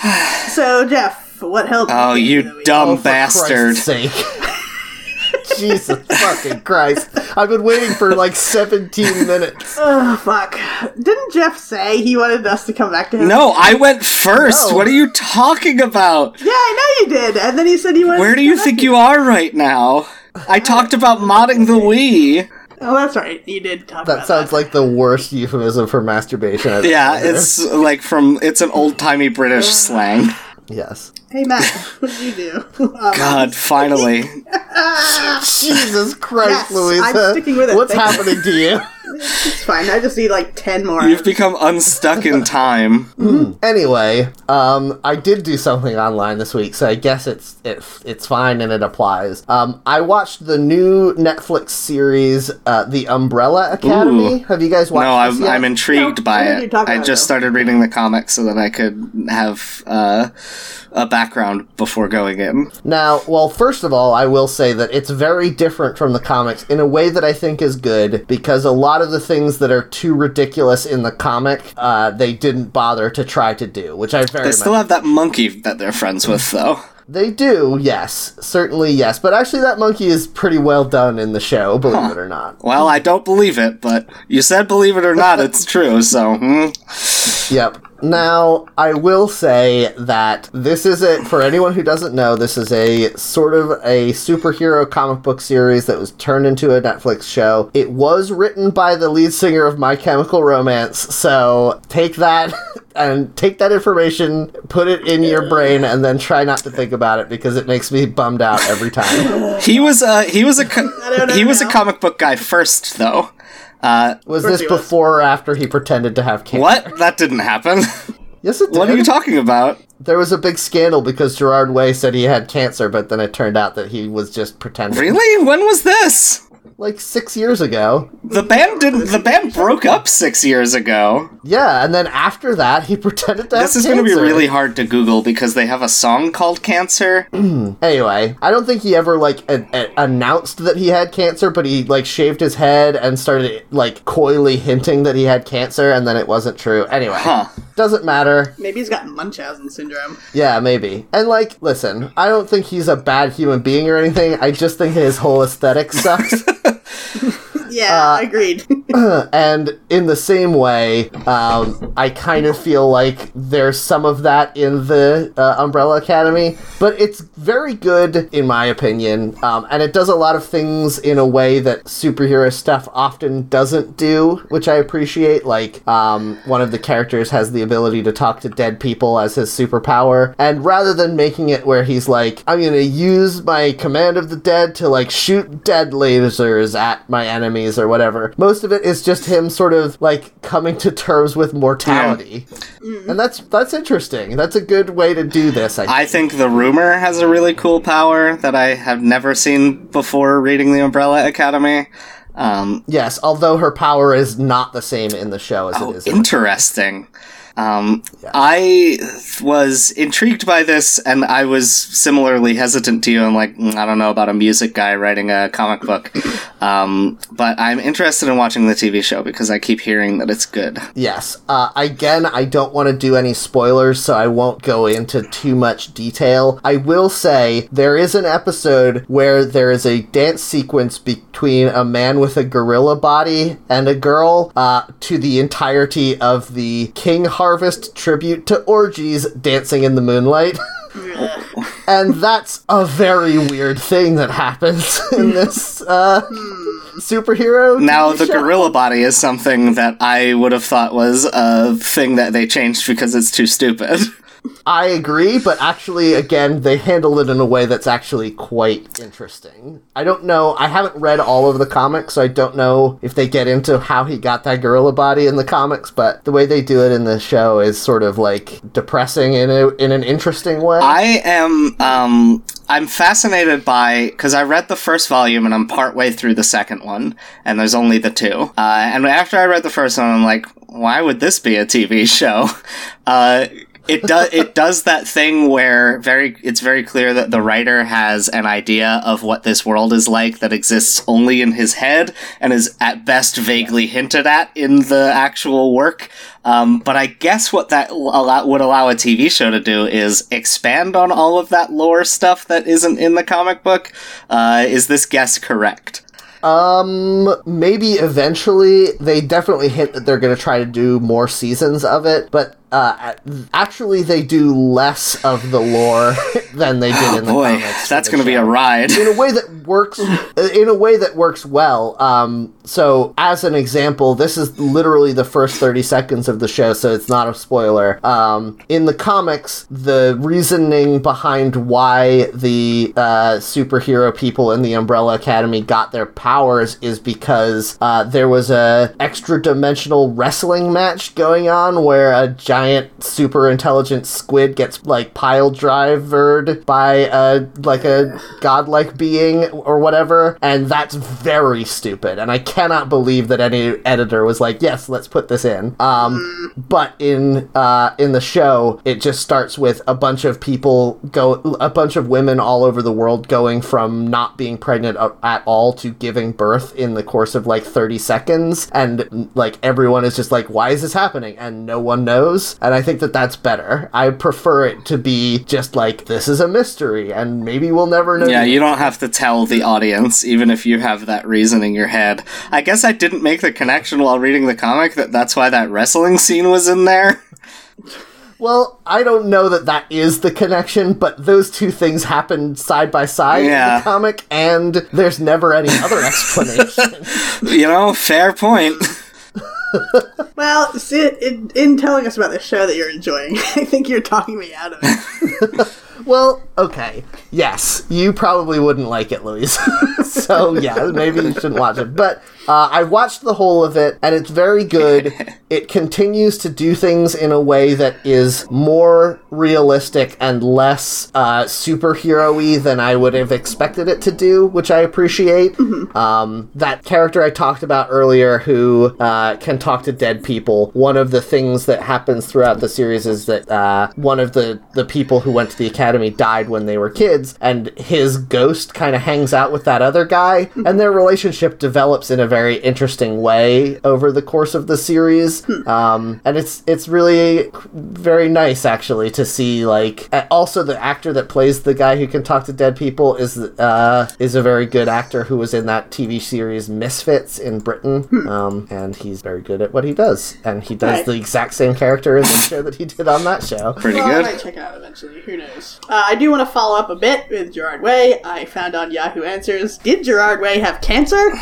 so Jeff, what helped? Oh, you you through the week? dumb for bastard. Christ's sake. Jesus fucking Christ. I've been waiting for like 17 minutes. Oh fuck! Didn't Jeff say he wanted us to come back to him? No, I went first. No. What are you talking about? Yeah, I know you did, and then he said he wanted. Where do you think you are right now? I talked about modding the Wii. Oh, that's right. You did talk That about sounds like the worst euphemism for masturbation. I've Yeah, ever heard. it's like from it's an old timey British slang. Yes. Hey Matt, what did you do? Um, God, finally. Oh, Jesus Christ, Yes, I'm Louisa. sticking with it. What's Thank you. happening to you? It's fine. I just need like ten more. You've become unstuck in time. Anyway, um, I did do something online this week, so I guess it's it, it's fine and it applies. Um, I watched the new Netflix series, uh, The Umbrella Academy. Ooh. Have you guys watched? No, this I'm, yet? I'm intrigued No, by I know you're it. talking I about just it, started reading the comics so that I could have uh, a background before going in. Now, well, first of all, I will say that it's very different from the comics in a way that I think is good because a lot of the things that are too ridiculous in the comic, uh, they didn't bother to try to do, which I very They much still have that monkey that they're friends with, though. they do. Yes, certainly yes. But actually, that monkey is pretty well done in the show, believe it or not. Well, I don't believe it, but you said believe it or not, it's true. So, hmm. Yep. Now, I will say that this is a, for anyone who doesn't know, this is a sort of a superhero comic book series that was turned into a Netflix show. It was written by the lead singer of My Chemical Romance, so take that and take that information, put it in your brain, and then try not to think about it because it makes me bummed out every time. he was a he was a co- don't know he was a now. comic book guy first, though. Uh, Was course this he was. before or after he pretended to have cancer? what? That didn't happen. Yes, it did. what are you talking about? There was a big scandal because Gerard Way said he had cancer, but then it turned out that he was just pretending. Really? When was this? Like six years ago. The band didn't. The band broke up six years ago. Yeah, and then after that, he pretended to have This is cancer. going to be really hard to Google because they have a song called "Cancer." Anyway, I don't think he ever like a- a- announced that he had cancer, but he like shaved his head and started like coyly hinting that he had cancer, and then it wasn't true. Anyway, Huh. doesn't matter. Maybe he's got Munchausen syndrome. Yeah, maybe. And like, listen, I don't think he's a bad human being or anything. I just think his whole aesthetic sucks. Yeah, Uh, agreed. and in the same way, um, I kind of feel like there's some of that in the uh, Umbrella Academy, but it's very good in my opinion, um, and it does a lot of things in a way that superhero stuff often doesn't do, which I appreciate. Like um, one of the characters has the ability to talk to dead people as his superpower, and rather than making it where he's like, I'm gonna use my command of the dead to like shoot dead lasers at my enemies or whatever. Most of it is just him sort of like coming to terms with mortality, and that's that's interesting. That's a good way to do this. I, I think the rumor has a really cool power that I have never seen before reading the Umbrella Academy. Um, yes, although her power is not the same in the show as it is. In- interesting. Um, I was intrigued by this, and I was similarly hesitant to you. I'm like, "Mm, I don't know about a music guy writing a comic book, um, but I'm interested in watching the TV show because I keep hearing that it's good. yes. Uh, again, I don't want to do any spoilers, so I won't go into too much detail. I will say there is an episode where there is a dance sequence between a man with a gorilla body and a girl uh, to the entirety of the King Harvest tribute to orgies dancing in the moonlight. and that's a very weird thing that happens in this uh, superhero. Now, TV the show. gorilla body is something that I would have thought was a thing that they changed because it's too stupid. I agree, but actually, again, they handle it in a way that's actually quite interesting. I don't know. I haven't read all of the comics, so I don't know if they get into how he got that gorilla body in the comics. But the way they do it in the show is sort of like depressing in a, in an interesting way. I am um I'm fascinated by because I read the first volume and I'm partway through the second one, and there's only the two. Uh, and after I read the first one, I'm like, why would this be a TV show? Uh, it does it does that thing where very it's very clear that the writer has an idea of what this world is like that exists only in his head and is at best vaguely hinted at in the actual work. Um, but I guess what that l- allow- would allow a TV show to do is expand on all of that lore stuff that isn't in the comic book. Uh, is this guess correct? Um, maybe eventually they definitely hint that they're going to try to do more seasons of it, but uh, actually they do less of the lore than they did in the Oh, Boy, comics. for that's the going to be show. a ride. in a way that works uh, in a way that works well um, so as an example this is literally the first 30 seconds of the show so it's not a spoiler um, in the comics the reasoning behind why the uh, superhero people in the umbrella academy got their powers is because uh, there was a extra dimensional wrestling match going on where a giant super intelligent squid gets like pile drivered by a like a godlike being or whatever and that's very stupid and i cannot believe that any editor was like yes let's put this in um but in uh in the show it just starts with a bunch of people go a bunch of women all over the world going from not being pregnant a- at all to giving birth in the course of like 30 seconds and like everyone is just like why is this happening and no one knows and i think that that's better i prefer it to be just like this is a mystery and maybe we'll never know Yeah, you don't have to tell the audience, even if you have that reason in your head. I guess I didn't make the connection while reading the comic that that's why that wrestling scene was in there. well i don't know that that is the connection but those two things happen side by side in Yeah. the comic and there's never any other explanation you know, fair point. well, see, in, in telling us about the show that you're enjoying, I think you're talking me out of it. Well, okay. Yes, you probably wouldn't like it, Louise. so yeah, maybe you shouldn't watch it. But uh, I watched the whole of it, and it's very good. It continues to do things in a way that is more realistic and less uh, superhero-y than I would have expected it to do, which I appreciate. Um, that character I talked about earlier, who uh, can talk to dead people. One of the things that happens throughout the series is that uh, one of the the people who went to the academy Academy died when they were kids, and his ghost kind of hangs out with that other guy, and their relationship develops in a very interesting way over the course of the series. Um, and it's it's really very nice actually to see like a- also the actor that plays the guy who can talk to dead people is uh, is a very good actor who was in that TV series Misfits in Britain, um, and he's very good at what he does, and he does Right. the exact same character in the show that he did on that show. Pretty Well, I good. might check it out eventually. Who knows? Uh, I do want to follow up a bit with Gerard Way. I found on Yahoo Answers, did Gerard Way have cancer?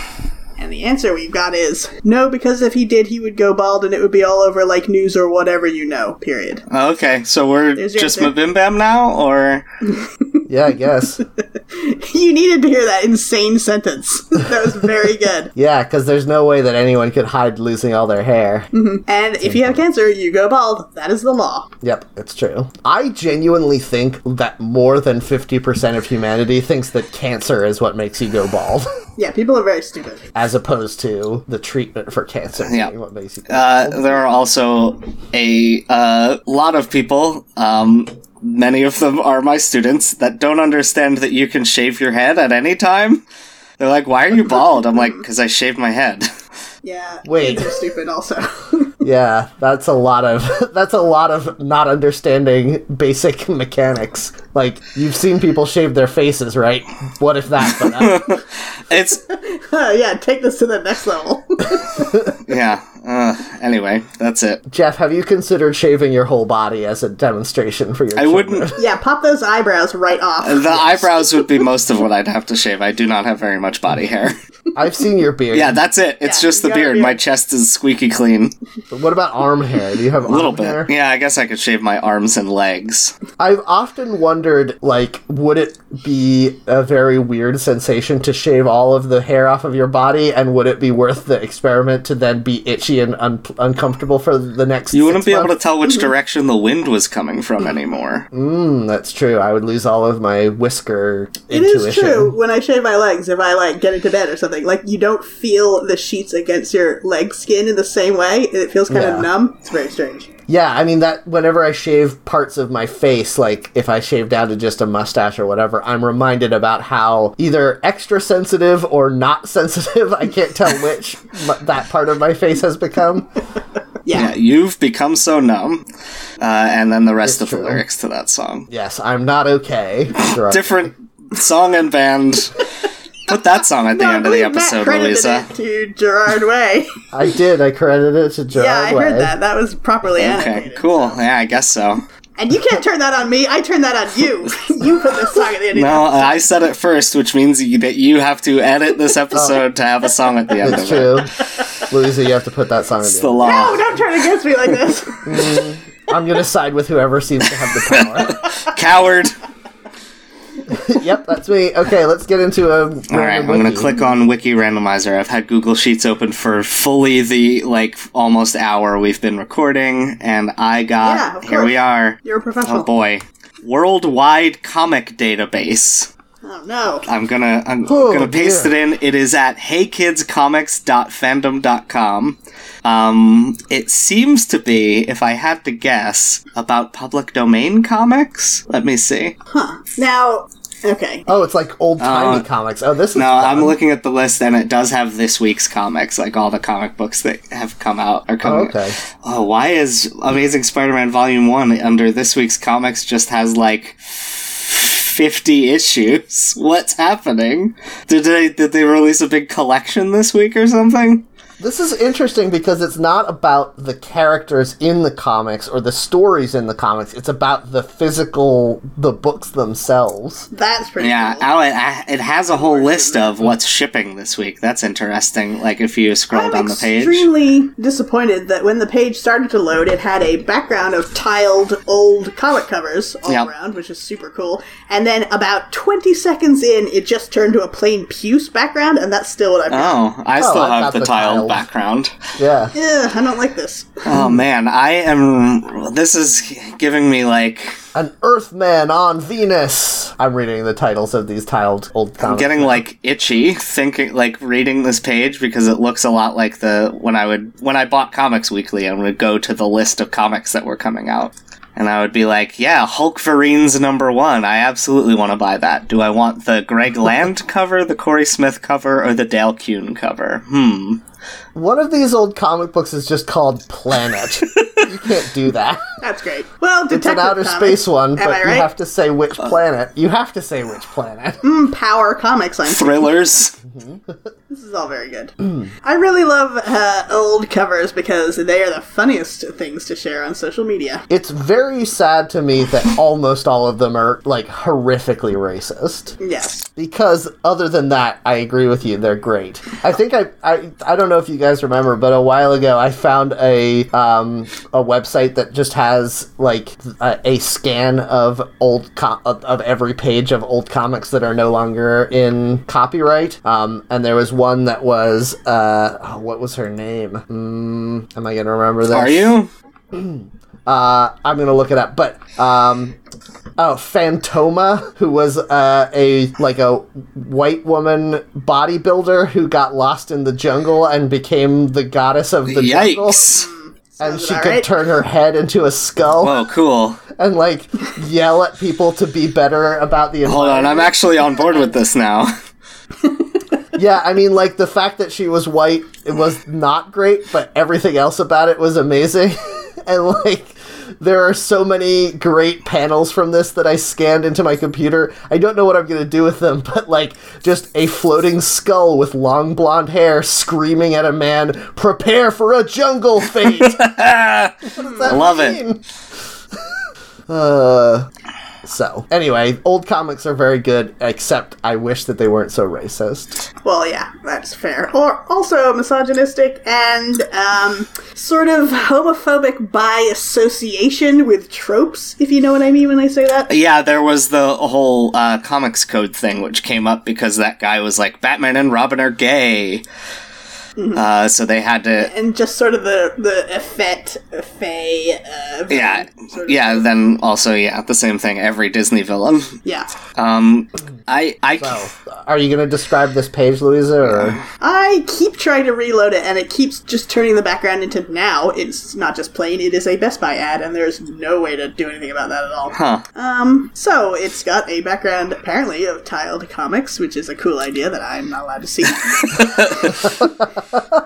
And the answer we've got is no, because if he did, he would go bald and it would be all over like news or whatever you know, period. Okay, so we're There's your just answer. Mabim Bam now, or Yeah, I guess. you needed to hear that insane sentence. that was very good. Yeah, because there's no way that anyone could hide losing all their hair. And if you have cancer, you go bald. That is the law. Yep, it's true. I genuinely think that more than 50% of humanity thinks that cancer is what makes you go bald, Yeah, people are very stupid. as opposed to the treatment for cancer Yeah. being what makes you go uh, there are also a uh, lot of people. Um, many of them are my students that don't understand that you can shave your head at any time. They're like, "Why are you bald?" I'm like, "Because I shaved my head." Yeah, Wait. kids are stupid also. Yeah, that's a lot of that's a lot of not understanding basic mechanics. Like you've seen people shave their faces, right? What if that? But uh, it's yeah, take this to the next level. yeah. Uh, anyway, that's it. Jeff, have you considered shaving your whole body as a demonstration for your? I children? wouldn't. yeah, pop those eyebrows right off. The eyebrows would be most of what I'd have to shave. I do not have very much body hair. I've seen your beard. Yeah, that's it. It's Yeah, just you the got a beard. beard. My chest is squeaky clean. But what about arm hair? Do you have A little arm hair? bit. Yeah, I guess I could shave my arms and legs. I've often wondered, like, would it be a very weird sensation to shave all of the hair off of your body, and would it be worth the experiment to then be itchy and un- uncomfortable for the next? You wouldn't be able to tell which direction the wind was coming from anymore. Mm, that's true. I would lose all of my whisker It intuition. is true. When I shave my legs, if I like get into bed or something, like you don't feel the sheets against your leg skin in the same way. It feels kind Yeah. of numb. It's very strange. Yeah, I mean that whenever I shave parts of my face, like if I shave down to just a mustache or whatever, I'm reminded about how either extra sensitive or not sensitive, I can't tell which mu- that part of my face has become. Yeah. Yeah, you've become so numb. Uh, and then the rest It's of the true. lyrics to that song. Yes, I'm not okay. Gerard. Different song and band. Put that song at the end of the I believe Matt episode, credited Elisa. it to Gerard Way. I did. I credited it to Gerard. yeah, I Way. heard that. That was properly Okay, animated. cool. Yeah, I guess so. And you can't turn that on me. I turned that on you. you put this song at the end. No, uh, I said it first, which means you, that you have to edit this episode to have a song at the end It's of it. true. Louisa, you have to put that song It's the in. law. No, Oh, don't turn against me like this. I'm gonna side with whoever seems to have the Coward. power. yep, that's me. Okay, let's get into a. All right, I'm going to click on Wiki Randomizer. I've had Google Sheets open for fully the like almost hour we've been recording, and I got Yeah, of here we course. are. You're a professional. Oh boy, worldwide comic database. Oh, no. I'm gonna I'm Oh, gonna paste dear. it in. It is at heykidscomics.fandom.com. Um, it seems to be, if I had to guess, about public domain comics. Let me see. Now, okay. Oh, it's like old timey comics. Oh, this is. Uh, No, fun. I'm looking at the list, and it does have this week's comics, like all the comic books that have come out are Oh, coming. okay. Oh, why is Amazing Spider-Man Volume One under this week's comics just has like fifty issues? What's happening? Did they did they release a big collection this week or something? This is interesting because it's not about the characters in the comics or the stories in the comics. It's about the physical, the books themselves. That's pretty Yeah, cool. oh, it, I- it has a whole list of what's shipping this week. That's interesting. Like if you scroll down I'm the page. extremely disappointed that when the page started to load, it had a background of tiled old comic covers all Yep. around, which is super cool. And then about 20 seconds in, it just turned to a plain puce background, and that's still what I've got. Oh, I still I've got have the, the tiled tiled. background. Yeah. Ugh, I don't like this. Oh man, I am. This is giving me like An Earthman on Venus. I'm reading the titles of these tiled old comics. getting like itchy thinking, like reading this page because it looks a lot like the when I would when I bought Comics Weekly and would go to the list of comics that were coming out. And I would be like, yeah, Hulk Vereen's number one. I absolutely want to buy that. Do I want the Greg Land cover, the Corey Smith cover, or the Dale Kuhn cover? Hmm. One of these old comic books is just called Planet. you can't do that. That's great. Well, detective It's an outer comics. space one, Am but I you right? have to say which planet. You have to say which planet. Mm, Power Comics. I'm Thrillers? This is all very good. Hmm. I really love uh, old covers because they are the funniest things to share on social media. It's very sad to me that almost all of them are like horrifically racist. Yes. Because other than that, I agree with you. They're great. I think I I, I don't know if you guys remember, but a while ago I found a um, a website that just has like a, a scan of old co- of of every page of old comics that are no longer in copyright. Um, and there was one that was uh, oh, what was her name? Mm, am I gonna remember that? Are you? Uh, I'm gonna look it up, but um, oh, Fantoma, who was uh, a like a white woman bodybuilder who got lost in the jungle and became the goddess of the jungle, Yikes. and she about could right. turn her head into a skull Whoa, cool. and like yell at people to be better about the Hold on, environment. I'm actually on board with this now. Yeah, I mean, like the fact that she was white it was not great, but everything else about it was amazing, and like. There are so many great panels from this that I scanned into my computer. I don't know what I'm going to do with them, but like just a floating skull with long blonde hair screaming at a man, "Prepare for a jungle fate." I love it. uh, so anyway, old comics are very good, except I wish that they weren't so racist. Well, yeah, that's fair. Or also misogynistic and um, sort of homophobic by association with tropes, if you know what I mean when I say that. Yeah, there was the whole uh, comics code thing, which came up because that guy was like, Batman and Robin are gay. Uh, so they had to And just sort of the the effete, fey. Uh, Yeah, sort of- yeah. Then also, yeah, the same thing. Every Disney villain. yeah. Um, I, I, Oh, are you going to describe this page, Louisa? Or? I keep trying to reload it, and it keeps just turning the background into now. It's not just plain; it is a Best Buy ad, and there's no way to do anything about that at all. huh? Um, so it's got a background apparently of tiled comics, which is a cool idea that I'm not allowed to see.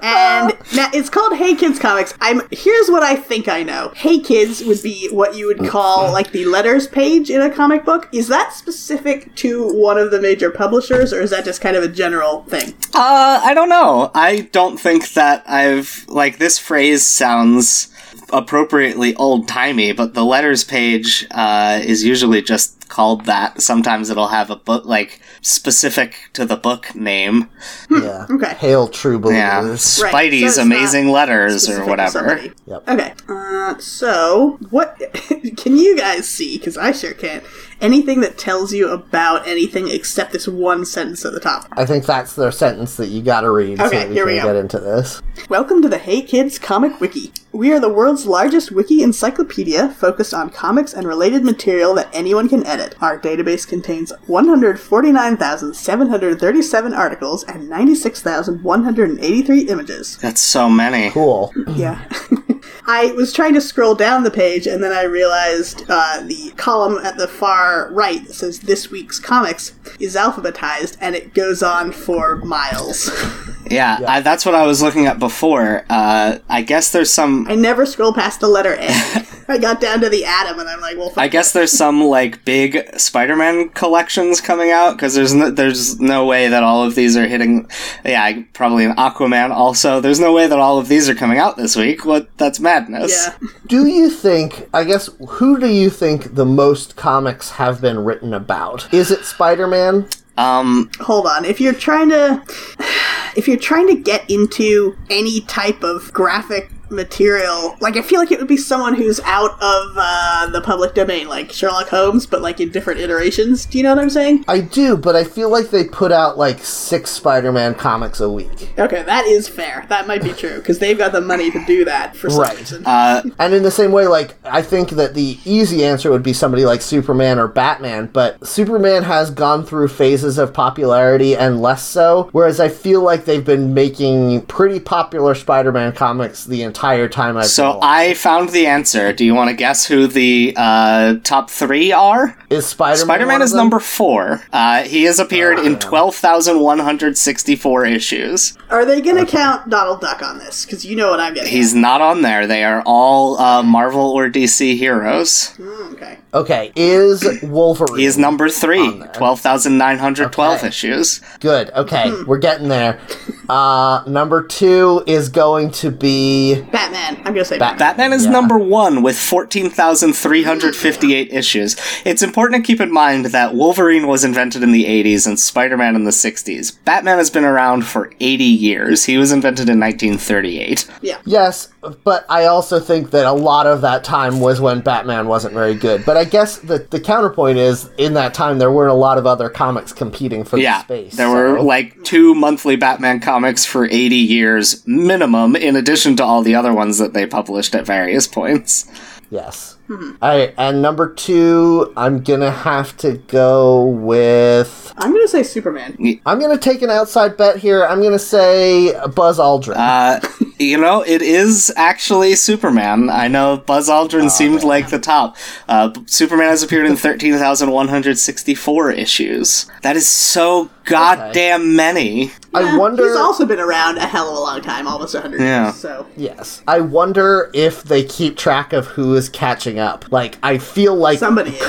and now it's called Hey Kids Comics. I'm here's what I think I know. Hey Kids would be what you would call like the letters page in a comic book. Is that specific to one of the major publishers, or is that just kind of a general thing? Uh, I don't know. I don't think that I've like this phrase sounds appropriately old timey, but the letters page uh, is usually just called that. Sometimes it'll have a book like specific to the book name. Yeah. Hmm. Okay. Hail true Yeah, believers. Right, so Spidey's it's not amazing letters specific or to whatever. somebody. Yep. Okay. Uh, so, what can you guys see? Because I sure can't. Anything that tells you about anything except this one sentence at the top. I think that's their sentence that you gotta read so Okay, that we here can we go. get into this. Welcome to the Hey Kids Comic Wiki. We are the world's largest wiki encyclopedia focused on comics and related material that anyone can edit. Our database contains 149,737 articles and 96,183 images. That's so many. Cool. Yeah. I was trying to scroll down the page and then I realized uh, the column at the far right that says this week's comics is alphabetized and it goes on for miles. Yeah, I, that's what I was looking at before. Uh, I guess there's some I never scroll past the letter A. I got down to the atom and I'm like, well, I fuck. guess there's some like big Spider-Man collections coming out because there's no, there's no way that all of these are hitting. Yeah, I- probably an Aquaman. Also, there's no way that all of these are coming out this week. What? That's madness. yeah. Do you think, I guess, who do you think the most comics have been written about? Is it Spider Man? Um. hold on if you're trying to if you're trying to get into any type of graphic material like i feel like it would be someone who's out of uh, the public domain like sherlock holmes but like in different iterations do you know what i'm saying I do, but I feel like they put out like six Spider Man comics a week. okay that is fair that might be true because they've got the money to do that for some Right. reason Uh. And in the same way, like, I think that the easy answer would be somebody like Superman or Batman, but Superman has gone through phases of popularity and less so, whereas I feel like they've been making pretty popular Spider Man comics the entire time I've So uh, been I found the answer. Do you want to guess who the uh, top three are? is Spider-Man. Spider one Man of is them? number four. Uh, he has appeared in 12,164 issues. Are they going to count Donald Duck on this? Because you know what I'm getting. He's not on there. They are all uh, Marvel or DC heroes. Mm, okay. Okay, is Wolverine? He is number three, 12,912 Okay. issues. Good. Okay, we're getting there. Uh, number two is going to be Batman. I'm going to say Bat- Batman. Batman is Yeah. number one with 14,358 issues. It's important to keep in mind that Wolverine was invented in the 80s and Spider Man in the 60s. Batman has been around for 80 years. He was invented in 1938. Yeah. yes, but I also think that a lot of that time was when Batman wasn't very good. But I guess the the counterpoint is in that time there weren't a lot of other comics competing for Yeah, the space. there so- were like two monthly Batman comics for 80 years minimum, in addition to all the other ones that they published at various points. yes. Hmm. All right, and number two, I'm gonna have to go with. I'm going to say Superman. I'm gonna take an outside bet here. I'm gonna say Buzz Aldrin. Uh, you know, it is actually Superman. I know Buzz Aldrin seemed like the top. Uh, b- Superman has appeared in 13,164 issues. That is so goddamn many. I wonder. He's also been around a hell of a long time, almost 100 Yeah. years. So. Yes. I wonder if they keep track of who is catching up. Like, I feel like Somebody is.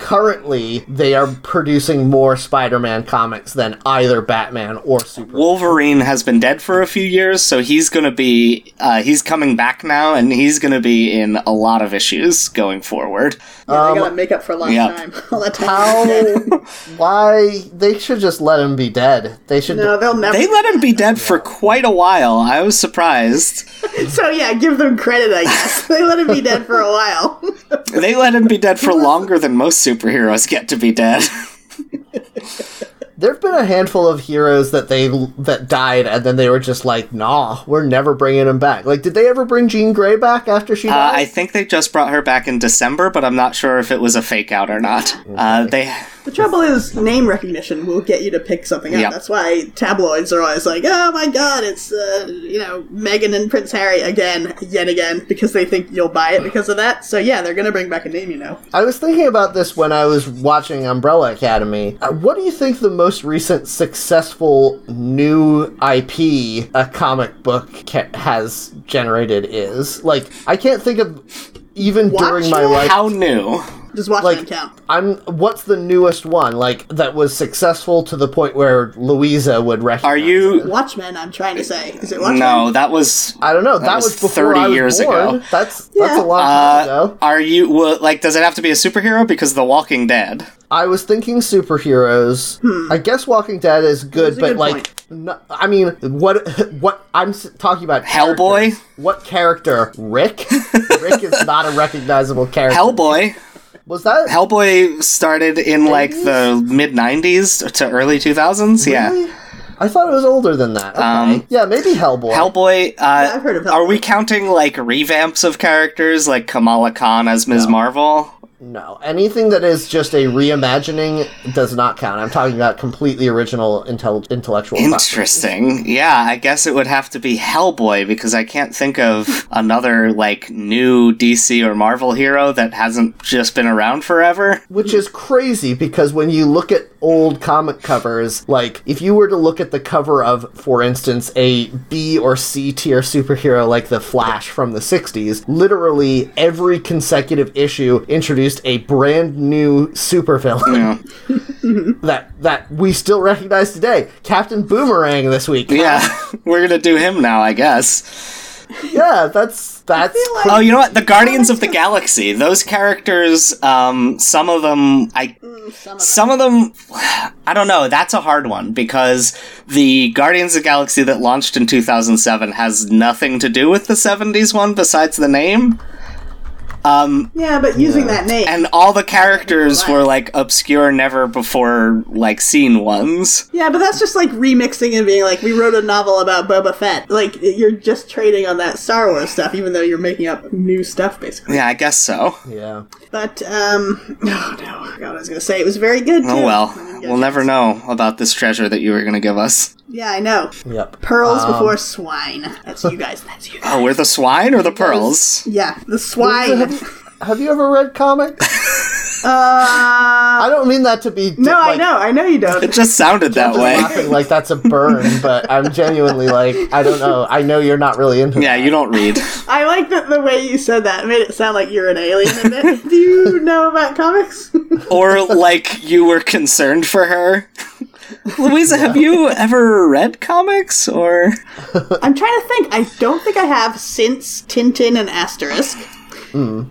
currently they are producing more Spider-Man comics than either Batman or Superman. Wolverine has been dead for a few years, so he's gonna be uh, he's coming back now, and he's gonna be in a lot of issues going forward. Yeah, they got to make up for a long yeah. time. All that time. How? why? They should just let him be dead. They should. No, they'll never. They let him be dead for quite a while. I was surprised. So yeah, give them credit, I guess. they let him be dead for a while. They let him be dead for longer than most superheroes get to be dead. There've been a handful of heroes that they that died, and then they were just like, "Nah, we're never bringing him back." Like, did they ever bring Jean Grey back after she Uh, died? I think they just brought her back in December, but I'm not sure if it was a fake out or not. Uh, they the trouble is, name recognition will get you to pick something up. Yeah. That's why tabloids are always like, "Oh my God, it's uh, you know Meghan and Prince Harry again, yet again," because they think you'll buy it because of that. So yeah, they're gonna bring back a name, you know. I was thinking about this when I was watching Umbrella Academy. Uh, What do you think the most recent successful new IP a comic book ca- has generated is? Like, I can't think of even during my Watchmen? life. how new? Just watch Like- them count. I'm what's the newest one like that was successful to the point where Louisa would recognize? Are you? Watchmen. I'm trying to say, is it Watchmen? No, that was I don't know. That, was was, before 30 I was years born. ago. That's that's Yeah. a long time Uh, ago. are you well, like? Does it have to be a superhero? Because The Walking Dead. I was thinking superheroes. I guess Walking Dead is good, Hmm. That's a but good like, no, I mean, what? What I'm s- talking about? Hellboy? characters. What character? Rick. Rick is not a recognizable character. Hellboy. was that? Hellboy started in like the mid '90s to early 2000s. Yeah. I thought it was older than that. Okay. Um, yeah, maybe Hellboy. Hellboy. Uh, I've heard of Are we Hellboy. counting like revamps of characters, like Kamala Khan as Ms. Marvel? no, anything that is just a reimagining does not count. I'm talking about completely original intel- intellectual. property. Interesting. Yeah, I guess it would have to be Hellboy because I can't think of another like new DC or Marvel hero that hasn't just been around forever. Which is crazy because when you look at old comic covers, like if you were to look at the cover of, for instance, a B or C tier superhero like the Flash from the 60s, literally every consecutive issue introduced a brand new supervillain that that we still recognize today. Captain Boomerang this week. Yeah, we're gonna do him now, I guess. Yeah, that's that's like- Oh, you know what? The Guardians of the Galaxy. Those characters, um, some of them, I Mm, Some of them. Some of them, I don't know. That's a hard one because the Guardians of the Galaxy that launched in 2007 has nothing to do with the 70s one besides the name. Um, Yeah, but using that name. and all the characters were like obscure, never before like seen ones. Yeah, but that's just like remixing and being like, we wrote a novel about Boba Fett. Like, you're just trading on that Star Wars stuff, even though you're making up new stuff, basically. Yeah, I guess so. yeah. But, um, oh no, God, I was gonna say it was very good, too. Oh well, I'm gonna get a we'll never chance. know about this treasure that you were going to give us. Yeah, I know. Yep. Pearls before swine. That's you guys. That's you. Guys. Oh, we're the swine or the pearls? Yeah, the swine. Have you ever read comics? Uh, I don't mean that to be di- no, I like, know. I know you It don't. just sounded that way. laughing like that's a burn, but I'm genuinely like I don't know. I know you're not really into. Yeah, you don't read. I like that the way you said that made it sound like you're an alien. A bit. Do you know about comics? or like you were concerned for her. Louisa, have you ever read comics or I'm trying to think. I don't think I have since Tintin and Asterisk.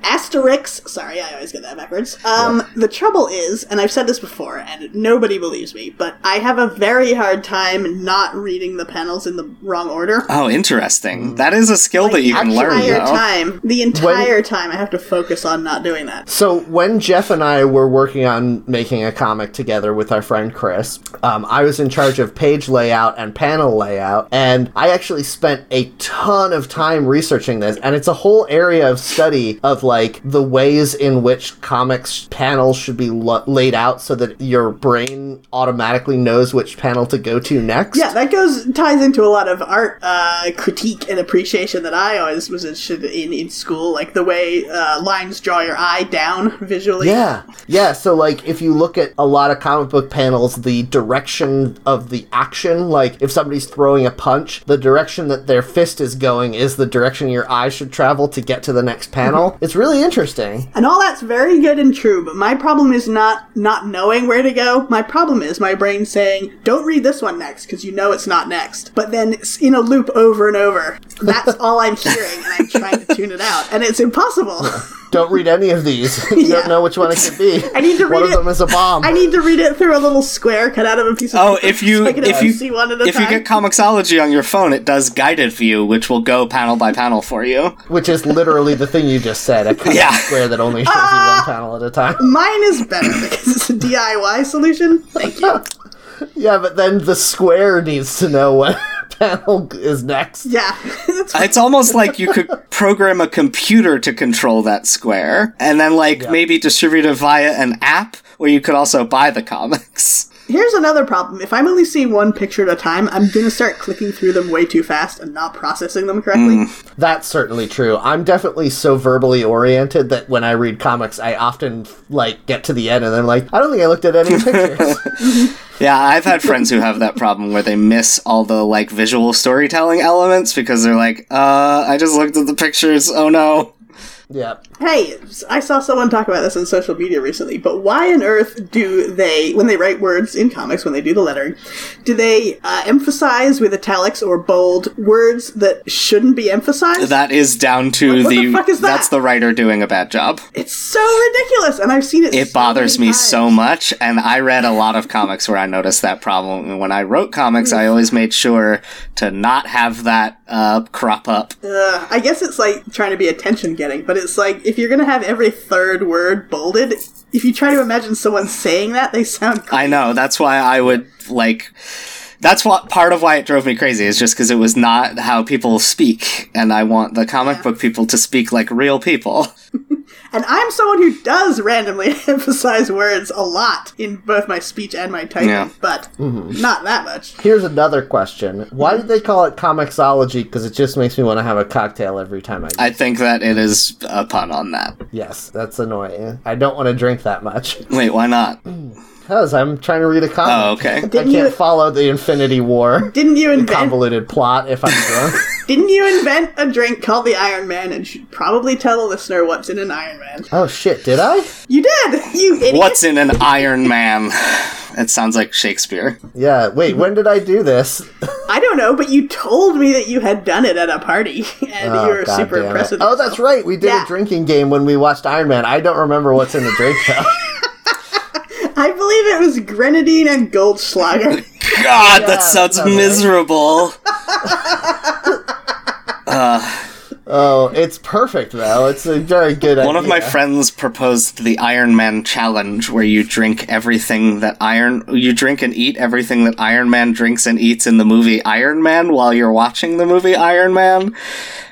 Asterix, sorry, I always get that backwards. Um, The trouble is, and I've said this before, and nobody believes me, but I have a very hard time not reading the panels in the wrong order. Oh, interesting. That is a skill that you can actually, learn entire though. time, the entire time, I have to focus on not doing that. So when Jeff and I were working on making a comic together with our friend Chris, um, I was in charge of page layout and panel layout, and I actually spent a ton of time researching this. And it's a whole area of study of like the ways in which comics panels should be lo- laid out so that your brain automatically knows which panel to go to next. Yeah, that goes ties into a lot of art uh, critique and appreciation that I always was interested in in school, like the way uh, lines draw your eye down visually. Yeah. Yeah. So, like, if you look at a lot of comic book panels, the direction of the action, like, if somebody's throwing a punch, the direction that their fist is going is the direction your eye should travel to get to the next panel. it's really interesting. And all that's very good and true, but my problem is not not knowing where to go. My problem is my brain saying, "Don't read this one next because you know it's not next." But then it's in a loop over and over. That's all I'm hearing, and I'm trying to tune it out, and it's impossible. Don't read any of these. you Yeah. don't know which one it could be. I need to one read of them it. is a bomb. I need to read it through a little square cut out of a piece of Oh, paper if you so I can if actually you see one at a if you time. get Comixology on your phone, it does guided view, which will go panel by panel for you. which is literally the thing you just said. A comic Yeah. square that only shows you Ah. one panel at a time. Mine is better because it's a DIY solution. Thank you. Yeah, but then the square needs to know what panel is next. Yeah, that's It's almost like you could program a computer to control that square, and then like maybe distribute it via an app, or you could also buy the comics. Here's another problem. If I'm only seeing one picture at a time, I'm going to start clicking through them way too fast and not processing them correctly. Hmm. That's certainly true. I'm definitely so verbally oriented that when I read comics, I often like get to the end and I'm like, I don't think I looked at any pictures. Yeah, I've had friends who have that problem where they miss all the like visual storytelling elements because they're like, uh, I just looked at the pictures. Oh no. yeah, Hey, I saw someone talk about this on social media recently, but why on earth do they, when they write words in comics, when they do the lettering, do they uh, emphasize with italics or bold words that shouldn't be emphasized? That is down to What the the, fuck is that? that's the writer doing a bad job. it's so ridiculous, and I've seen it. It so bothers many me times. so much, and I read a lot of comics where I noticed that problem. And when I wrote comics, I always made sure to not have that uh, crop up. Ugh, I guess it's like trying to be attention getting, but it's like if you're gonna have every third word bolded, if you try to imagine someone saying that, they sound. I know that's why I would like. That's what part of why it drove me crazy is just because it was not how people speak, and I want the comic book people to speak like real people. And I'm someone who does randomly emphasize words a lot in both my speech and my typing, Yeah. but not that much. here's another question: Why did they call it comicsology? Because it just makes me want to have a cocktail every time I. I think that it is a pun on that. yes, that's annoying. I don't want to drink that much Wait, why not? because I'm trying to read a comic. Oh, Mm. okay. I Didn't can't you- follow the Infinity War Didn't you invent? convoluted plot if I'm drunk. Didn't you invent a drink called the Iron Man? And should probably tell the listener what's in an Iron Man. oh shit! Did I? You did, you idiot! What's in an Iron Man? It sounds like Shakespeare. Yeah. Wait. When did I do this? I don't know, but you told me that you had done it at a party, and Oh, you were God super damn it. impressed. with Oh, yourself. that's right. We did Yeah. a drinking game when we watched Iron Man. I don't remember what's in the drink though. I believe it was grenadine and Goldschlager. God, that Yeah, sounds sounds right. miserable. Uh, Oh, it's perfect though. It's a very good One idea. of my friends proposed the Iron Man challenge, where you drink everything that Iron you drink and eat everything that Iron Man drinks and eats in the movie Iron Man while you're watching the movie Iron Man.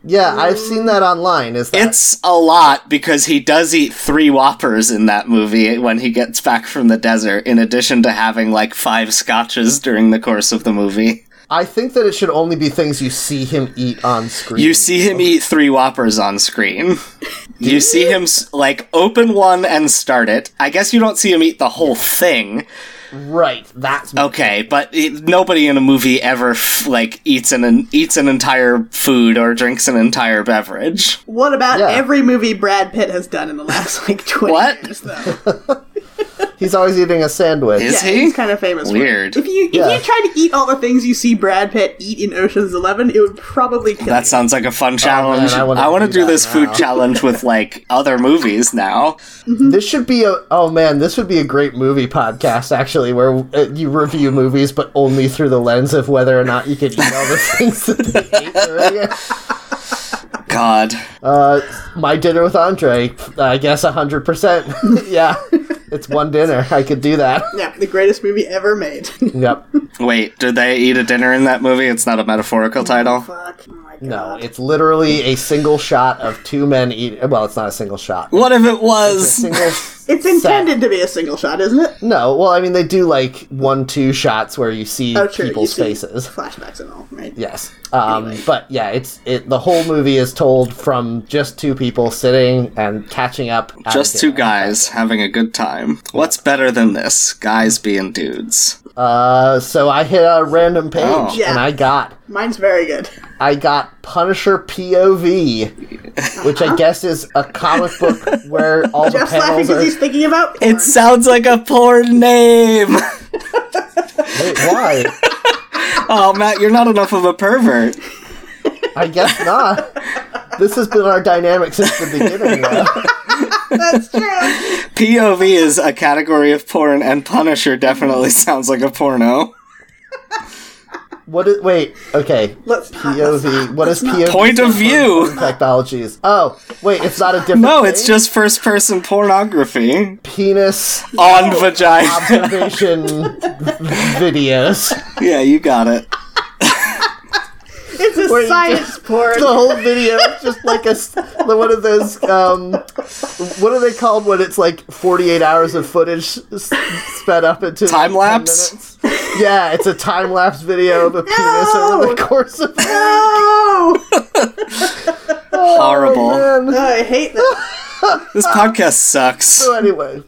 Yeah, I've seen that online. Is that It's a lot because he does eat three whoppers in that movie when he gets back from the desert, in addition to having like five scotches during the course of the movie. I think that it should only be things you see him eat on screen. You see him eat three whoppers on screen. You see him s- like open one and start it. I guess you don't see him eat the whole thing. right? That's Okay, but it, nobody in a movie ever f- like eats an, an eats an entire food or drinks an entire beverage. What about Yeah. every movie Brad Pitt has done in the last like twenty What? years? Though he's always eating a sandwich. Is yeah, he? he's kind of famous. for it. Weird. If you Yeah. if you tried to eat all the things you see Brad Pitt eat in Ocean's Eleven, it would probably kill. That you. sounds like a fun challenge. Oh, I wanna I want to do do that this food now. challenge with like other movies now. This should be a oh man, this would be a great movie podcast actually, where uh, you review movies but only through the lens of whether or not you could eat all the things that they ate earlier. God. Uh, my dinner with Andre, I guess hundred percent. Yeah, it's one dinner. I could do that. Yeah, the greatest movie ever made. Yep. Wait, did they eat a dinner in that movie? It's not a metaphorical title. Fuck. Oh my god. No, it's literally a single shot of two men eating. Well, it's not a single shot. What if it A was? single. It's intended to be a single shot, isn't it? No, well, I mean they do like one, two shots where you see Oh, true. people's you see faces. flashbacks and all, right? Yes. Um, Anyway. But yeah, it's it. The whole movie is told from just two people sitting and catching up. at Just a two dinner. guys having a good time. What's better than this? Guys being dudes. Uh, so I hit a random page Oh. Yeah. and I got Mine's very good. I got Punisher POV, which I guess is a comic book where all the Jeff's laughing panels because are. he's thinking about porn. It sounds like a porn name. Wait, why? oh, Matt, you're not enough of a pervert. I guess not. This has been our dynamic since the beginning. Though. That's true. POV is a category of porn, and Punisher definitely sounds like a porno. What is? Wait. Okay. Let's not- let's POV. What is POV? Point of view. Technologies. Oh, wait. It's not a different. No, thing? it's just first person pornography penis on vagina. observation videos. Yeah, you got it. It's a Where you science porn. The whole video is just like a s- the- one of those. Um, what are they called when it's like forty-eight hours of footage s- sped up into like, Time 10 lapse? minutes? Yeah, it's a time lapse video of a penis No! over the course of. Oh, Horrible. Oh, man. No, I hate that. This podcast sucks. So anyway,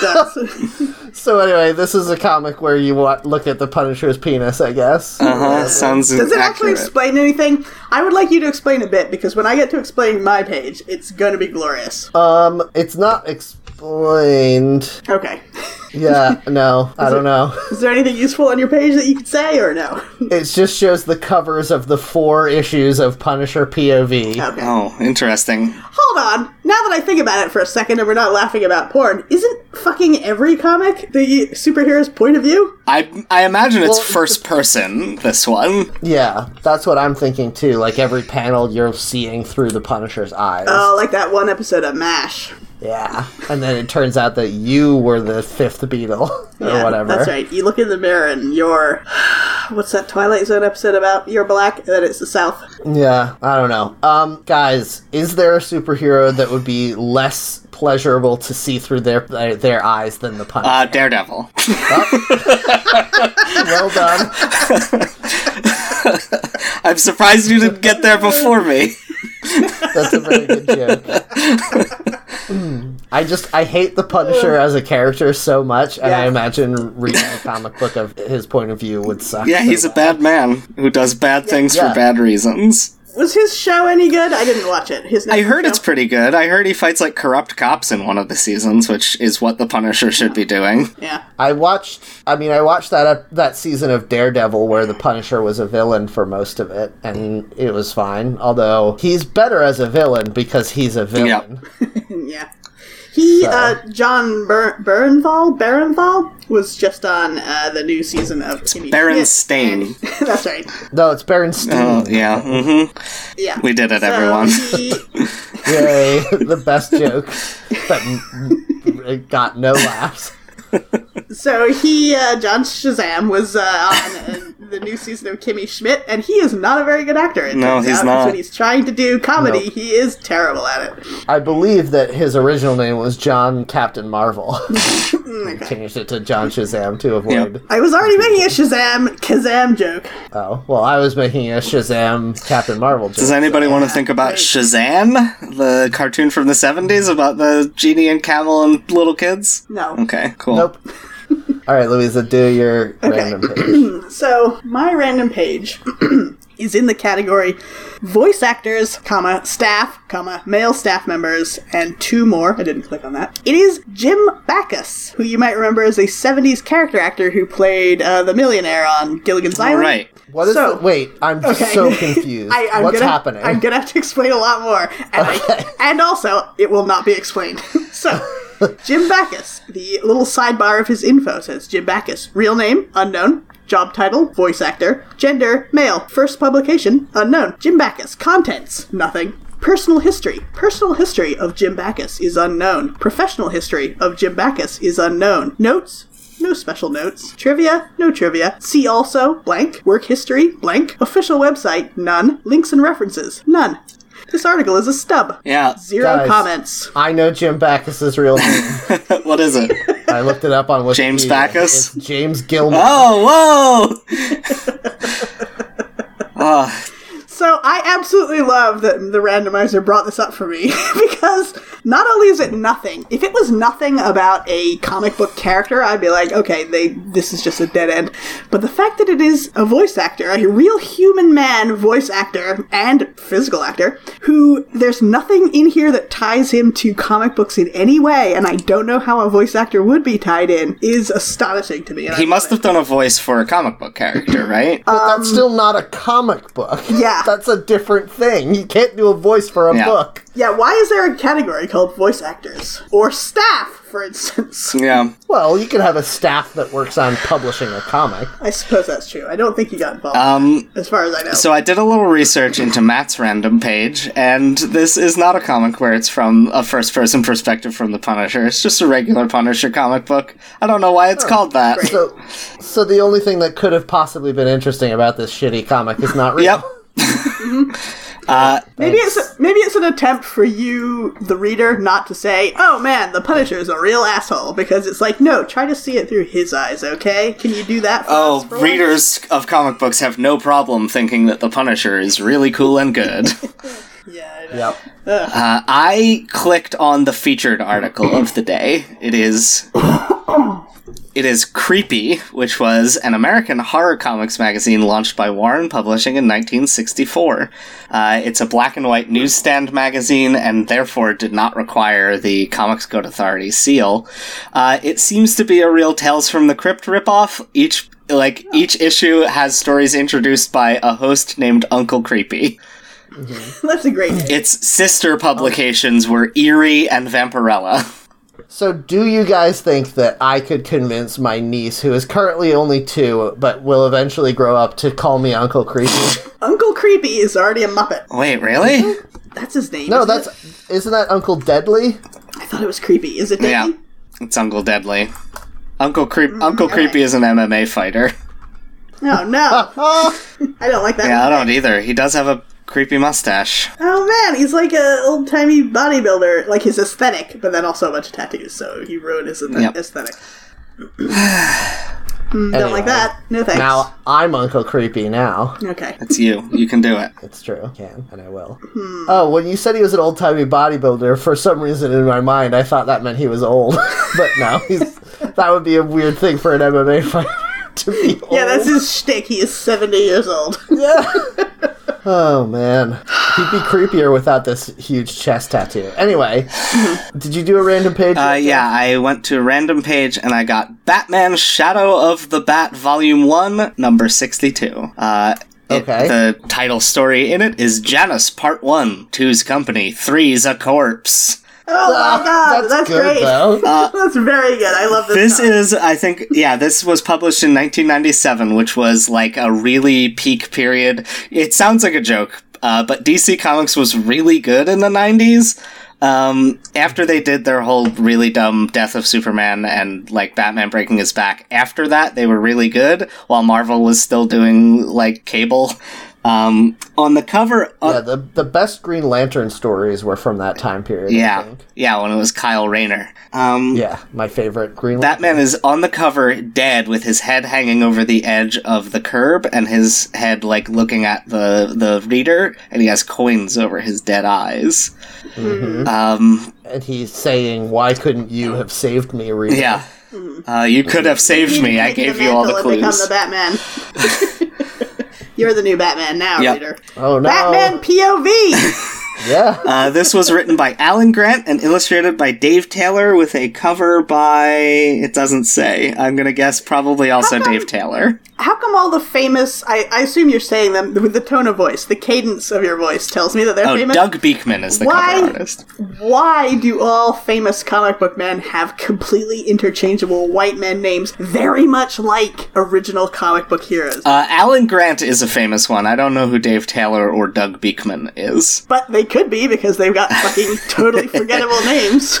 does. so anyway, this is a comic where you wa look at the Punisher's penis, I guess. Uh huh. Sounds Does it actually inaccurate. explain anything? I would like you to explain a bit because when I get to explain my page, it's gonna be glorious. Um, it's not explained. okay. Yeah, no, I don't know. Is there anything useful on your page that you could say or no? It just shows the covers of the four issues of Punisher POV. Okay. oh, interesting. Hold on. Now that I think about it for a second and we're not laughing about porn, isn't fucking every comic the superhero's point of view? I I imagine it's Well, first person. This one. Yeah, that's what I'm thinking too. Like every panel, you're seeing through the Punisher's eyes. Oh, like that one episode of MASH. Yeah, and then it turns out that you were the fifth Beetle or Yeah, whatever. That's right. You look in the mirror and you're. What's that Twilight Zone episode about? You're black, and then it's the South. Yeah, I don't know. Um, guys, is there a superhero that would be less pleasurable to see through their their, their eyes than the Punisher? Uh, Daredevil. well done. I'm surprised you didn't get there before me. That's a very good joke. Hmm. I just I hate the Punisher as a character so much, and I Yeah. imagine reading a comic book of his point of view would suck. Yeah, so he's a bad man who does bad things Yeah. for bad reasons. Was his show any good? I didn't watch it. His I heard it's pretty good. I heard he fights like corrupt cops in one of the seasons, which is what the Punisher should be doing. Yeah. I watched. I mean, I watched that ep- that season of Daredevil where the Punisher was a villain for most of it, and it was fine. Although he's better as a villain because he's a villain. Yeah. He, So- uh, John Ber- Bernthal, Barenthal, was just on uh, the new season of Kimmy Berenstain. Schmidt. That's right. No, it's Berenstein. Oh, yeah. hmm Yeah. We did it, So everyone. he- Yay, the best joke that m- m- got no laughs. so he, uh, John Shazam, was uh, on uh, the new season of Kimmy Schmidt, and he is not a very good actor. It No, turns he's out. 'cause not. When he's trying to do comedy, Nope. he is terrible at it. I believe that his original name was John Captain Marvel. He changed it to John Shazam to avoid. I was already making a Shazam Kazam joke. Oh, well, I was making a Shazam Captain Marvel joke. Does anybody want to think about Shazam, the cartoon from the 70s about the genie and camel and little kids? No. Okay, cool. Nope. All right, Louisa, do your random pick. So my random page is in the category voice actors, comma staff, comma male staff members, and two more. I didn't click on that. It is Jim Backus, who you might remember as a '70s character actor who played uh, the millionaire on Gilligan's All Island. right. What is So- the- wait? I'm just Okay. so confused. I, I'm What's gonna, happening? I'm gonna have to explain a lot more, and, I- Okay. and also it will not be explained. so, Jim Backus. The little sidebar of his info says Jim Backus. Real name unknown. Job title voice actor. Gender male. First publication unknown. Jim Backus. Contents nothing. Personal history. Personal history of Jim Backus is unknown. Professional history of Jim Backus is unknown. Notes no special notes. Trivia, no trivia. See also, blank. Work history, blank. Official website, none. Links and references, none. This article is a stub. Yeah. Zero Guys. comments. I know Jim Backus' real name. what is it? I looked it up on Wikipedia. James Backus? It's James Gilmore. Um, Oh, whoa! oh, So I absolutely love that the randomizer brought this up for me because not only is it nothing, if it was nothing about a comic book character, I'd be like, okay, they this is just a dead end. But the fact that it is a voice actor, a real human man voice actor and physical actor, who there's nothing in here that ties him to comic books in any way, and I don't know how a voice actor would be tied in, is astonishing to me. and I he love must it. have done a voice for a comic book character, right? Uh, But that's still not a comic book. Yeah. That's a different thing. You can't do a voice for a Yeah. book. Yeah, why is there a category called voice actors? Or staff, for instance? yeah. Well, you could have a staff that works on publishing a comic. I suppose that's true. I don't think he got involved, Um, as far as I know. so I did a little research into Matt's random page, and this is not a comic where it's from a first person perspective from The Punisher. It's just a regular Punisher comic book. I don't know Oh, why it's called that. So, so the only thing that could have possibly been interesting about this shitty comic is not real. Yep. uh, Mm-hmm. maybe it's maybe it's an attempt for you, the reader, not to say, "Oh man, the Punisher is a real asshole," because it's like, no, try to see it through his eyes. Okay, can you do that? For oh, us for once? readers of comic books have no problem thinking that The Punisher is really cool and good. Yeah. I know. Yep. Uh, I clicked on the featured article of the day. It is. It is Creepy, which was an American horror comics magazine launched by Warren Publishing in 1964. Uh, it's a black and white newsstand magazine and therefore did not require the Comics Code Authority seal. Uh, it seems to be a real Tales from the Crypt ripoff. Each like each issue has stories introduced by a host named Uncle Creepy. That's a great. name. Its sister publications were Eerie and Vampirella. So, do you guys think that I could convince my niece, who is currently only two, but will eventually grow up, to call me Uncle Creepy? Uncle Creepy is already a Muppet. Wait, really? That's his name. No, isn't that's it? isn't that Uncle Deadly? I thought it was Creepy. Is it? Yeah, Dickie? it's Uncle Deadly. Uncle Creep. Uncle Creepy is an MMA fighter. No, no, Oh, I don't like that. Yeah, I don't either. He does have a creepy mustache. Oh man, he's like a old timey bodybuilder, like his aesthetic, but then also a bunch of tattoos. So he ruined his aesthe- Yep. aesthetic. Mm, Don't like that. No thanks. Now I'm Uncle Creepy. Now Okay. It's you. You can do it. Uh, it's true. I can and I will. Hmm. Oh, when you said he was an old timey bodybuilder, for some reason in my mind I thought that meant he was old, but no, he's that would be a weird thing for an MMA fighter to be old. Yeah, that's his shtick. He is seventy years old. Oh man, he'd be creepier without this huge chest tattoo. Anyway, did you do a random page? Uh, yeah, I went to a random page and I got Batman Shadow of the Bat Volume 1, number 62. Uh, it- Okay. the title story in it is Janus Part 1, Two's Company, Three's a Corpse. Oh my god, that's, good, great. though. Uh, that's very good. I love this. This song. is, I think, yeah, this was published in 1997, which was like a really peak period. It sounds like a joke, uh, but DC Comics was really good in the 90s. Um, after they did their whole really dumb death of Superman and like Batman breaking his back, after that they were really good, while Marvel was still doing like cable. Um, on the cover, of- Yeah, the the best Green Lantern stories were from that time period. I yeah, think. yeah, when it was Kyle Rayner. Um, yeah, my favorite Green Lantern. Batman is on the cover, dead, with his head hanging over the edge of the curb, and his head like looking at the the reader, and he has coins over his dead eyes. Um, and he's saying, "Why couldn't you have saved me, Rita?" yeah, uh, you could have saved me. I Taking gave you all the mantle and Become clues. the Batman. You're the new Batman now, Yep. reader. Oh no. Batman POV. Yeah. Uh, this was written by Alan Grant and illustrated by Dave Taylor, with a cover by it doesn't say. I'm gonna guess probably also Dave Taylor. How come all the famous? I, I assume you're saying them with the tone of voice, the cadence of your voice tells me that they're Oh, famous. Doug Beekman is the Why? cover artist. Why do all famous comic book men have completely interchangeable white men names, very much like original comic book heroes? Uh, Alan Grant is a famous one. I don't know who Dave Taylor or Doug Beekman is. but they could be because they've got fucking totally forgettable names.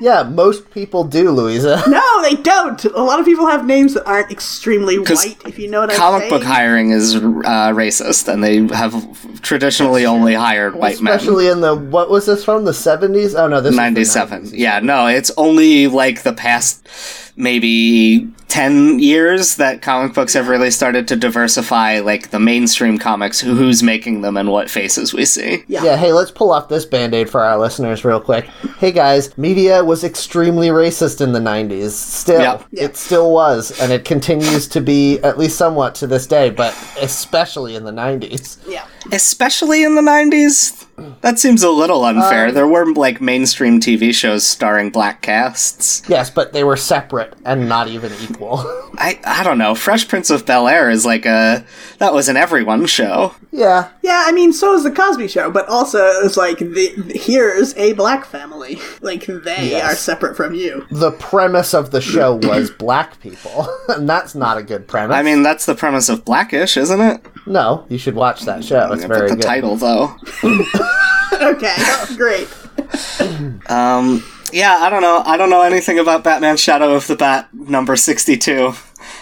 Yeah, most people do, Louisa. No, they don't. A lot of people have names that aren't extremely 'Cause white. If you know what I'm Comic saying. book hiring is uh, racist, and they have traditionally only hired white men. Especially in the what was this from the seventies? Oh no, this was the 97. 90s. Yeah, no, it's only like the past maybe 10 years that comic books have really started to diversify like the mainstream comics, who- who's making them and what faces we see. Yeah. Yeah, hey, let's pull off this band aid for our listeners real quick. Hey guys, media was extremely racist in the 90s. Still, Yep. it still was, and it continues to be at least somewhat to this day, but especially in the 90s. Yeah. especially in the 90s that seems a little unfair there were like mainstream tv shows starring black casts Yes, but they were separate and not even equal. i i don't know fresh prince of bel-air is like a that was an everyone show yeah. Yeah, I mean, so is the Cosby Show, but also it's like the, here's a black family. Like they Yes. are separate from you. The premise of the show was black people, and that's not a good premise. i mean that's the premise of blackish isn't it no, you should watch that show. It's Yeah, very but the good. title though Okay, oh, great. um yeah i don't know i don't know anything about batman shadow of the bat number 62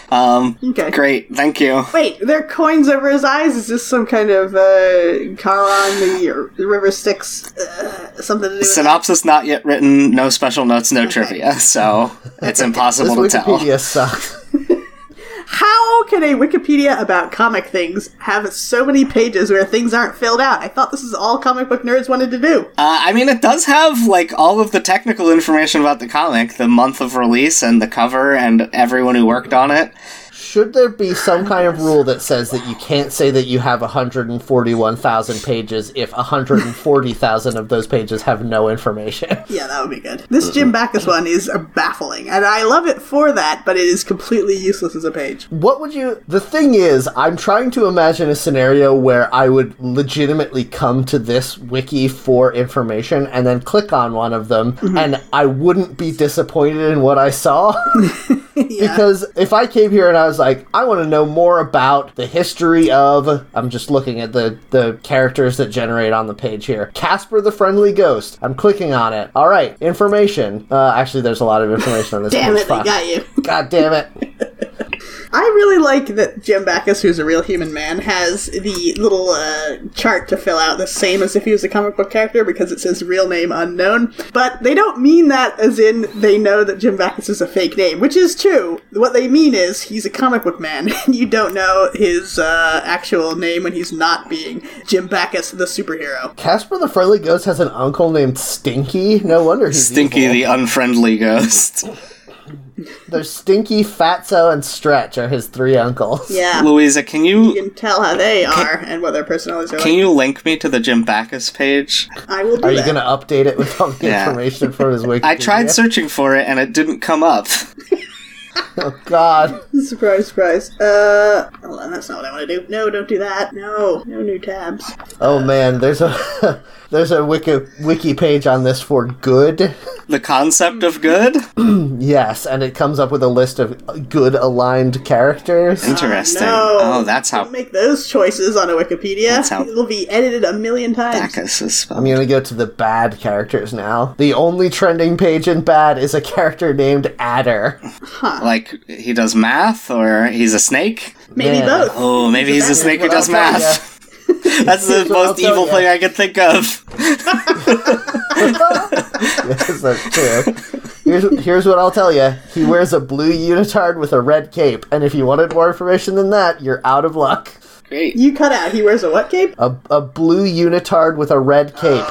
um Okay. great thank you Wait, there are coins over his eyes? Is this some kind of uh, car on the, the River Styx? Uh, something to do with synopsis not yet written no special notes no trivia so it's This impossible to tell Wikipedia sucks. How can a Wikipedia about comic things have so many pages where things aren't filled out? I thought this is all comic book nerds wanted to do. Uh, I mean, it does have like all of the technical information about the comic, the month of release, and the cover, and everyone who worked on it. Should there be some kind of rule that says that you can't say that you have 141,000 pages if 140,000 of those pages have no information? Yeah, that would be good. This Jim Backus one is uh, baffling, and I love it for that, but it is completely useless as a page. What would you. The thing is, I'm trying to imagine a scenario where I would legitimately come to this wiki for information and then click on one of them, Mm-hmm. and I wouldn't be disappointed in what I saw. Because if I came here and I was like, I want to know more about the history of, I'm just looking at the the characters that generate on the page here. Casper the Friendly Ghost. I'm clicking on it. All right, information. Uh, actually, there's a lot of information on this. Damn page. it, they Fuck. got you. God damn it. I really like that Jim Backus, who's a real human man, has the little uh, chart to fill out the same as if he was a comic book character because it says real name unknown. But they don't mean that as in they know that Jim Backus is a fake name, which is true. What they mean is he's a comic book man, and you don't know his uh, actual name when he's not being Jim Backus, the superhero. Casper the Friendly Ghost has an uncle named Stinky. No wonder he's Stinky evil. the unfriendly ghost, There's Stinky, Fatso, and Stretch are his three uncles. Yeah. Louisa. Can you You can tell how they are and what their personalities are can like. you link me to the Jim Backus page? I will do Are you that. going to update it with all the Yeah. information from his wiki? I tried searching for it and it didn't come up. Oh God. Surprise, surprise. Uh, hold on, that's not what I want to do. No, don't do that. No, no new tabs. Oh man. There's a there's a wiki wiki page on this for good. The concept of good? Yes, and it comes up with a list of good aligned characters. Interesting. No. Oh, that's how Don't make those choices on a Wikipedia. That's how- It'll be edited a million times. Bacchus is spelled. I'm gonna go to the bad characters now. The only trending page in bad is a character named Adder. Like, he does math, or he's a snake? Maybe Yeah. both. Oh, maybe he's a snake who what does I'll tell math. That's the That's what I'll most tell evil ya. thing I could think of. yes, that's true. Here's, here's what I'll tell you. He wears a blue unitard with a red cape, and if you wanted more information than that, you're out of luck. Great. You cut out. He wears a what cape? A, a blue unitard with a red cape.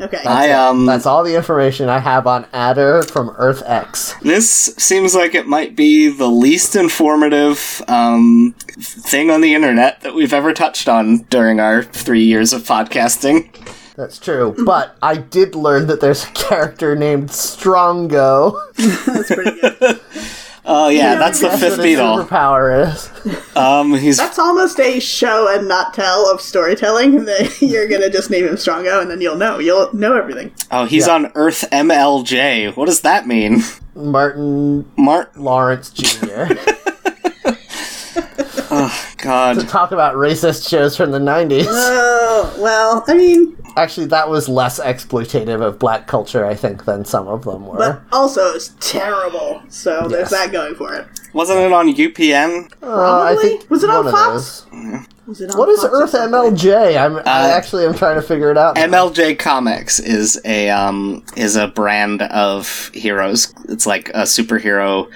Okay. I um That's all the information I have on Adder from Earth X. this seems like it might be the least informative um thing on the internet that we've ever touched on during our 3 years of podcasting. That's true. But I did learn that there's a character named Strongo. that's pretty good. Oh yeah, that's the That's fifth what his beetle. superpower is. Um he's That's almost a show and not tell of storytelling. That you're gonna just name him Strongo, and then you'll know. You'll know everything. oh, he's on Earth MLJ. What does that mean? Martin Mart Lawrence Jr. God. Talk about racist shows from the 90s. Oh well. I mean, Actually, that was less exploitative of black culture, I think, than some of them were. but also it's terrible. So Yes. there's that going for it. Wasn't it on UPN? Uh, I Probably. think Was it on one of Fox? those. Was it on What is Fox or Earth something? MLJ? I'm, I actually am trying to figure it out. now. MLJ Comics is a um, is a brand of heroes. It's like a superhero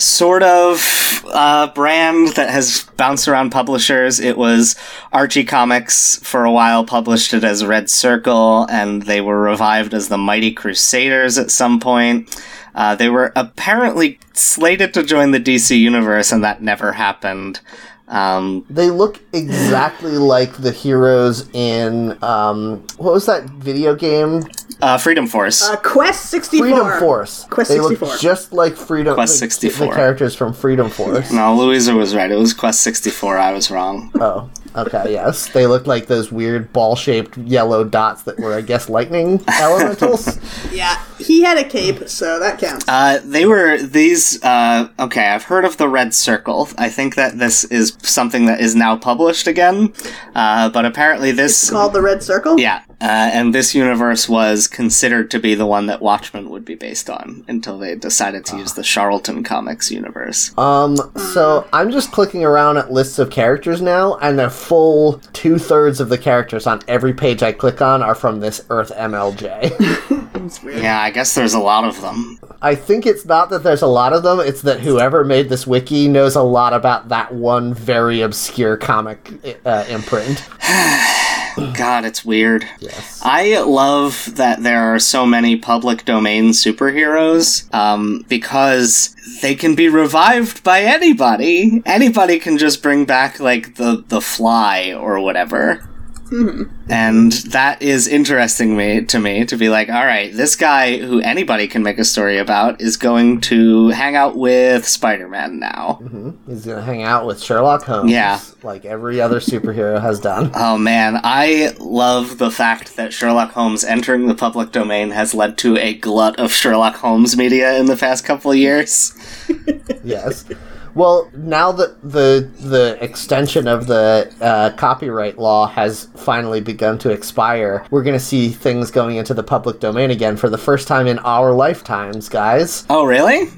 sort of uh, brand that has bounced around publishers. It was Archie Comics for a while published it as Red Circle, and they were revived as the Mighty Crusaders at some point. Uh, they were apparently slated to join the DC universe, and that never happened. Um, They look exactly like the heroes in um, what was that video game? uh, Freedom Force. Uh, Quest 64. Freedom Force. Quest they look 64. just like Freedom Quest the- 64. The characters from Freedom Force. no, Louisa was right. It was Quest 64. I was wrong. Oh, okay, yes. They look like those weird ball shaped yellow dots that were, I guess, lightning elementals. Yeah, he had a cape, so that counts. Uh, they were these. Uh, okay, I've heard of the Red Circle. I think that this is something that is now published again. Uh, but apparently, this. Called the Red Circle. Yeah, uh, and this universe was considered to be the one that Watchmen would be based on until they decided to use the Charlton Comics universe. Um, so I'm just clicking around at lists of characters now, and a full two thirds of the characters on every page I click on are from this Earth MLJ. It's weird. Yeah, I guess there's a lot of them. I think it's not that there's a lot of them, it's that whoever made this wiki knows a lot about that one very obscure comic uh, imprint. God, it's weird. Yes. I love that there are so many public domain superheroes um, because they can be revived by anybody. Anybody can just bring back like the the fly or whatever. And that is interesting me to me to be like, all right, this guy who anybody can make a story about is going to hang out with Spider Man now. He's gonna hang out with Sherlock Holmes. Yeah. Like every other superhero has done. Oh man, I love the fact that Sherlock Holmes entering the public domain has led to a glut of Sherlock Holmes media in the past couple of years. yes. Well, now that the the extension of the uh, copyright law has finally begun to expire, we're going to see things going into the public domain again for the first time in our lifetimes, guys. Oh, really?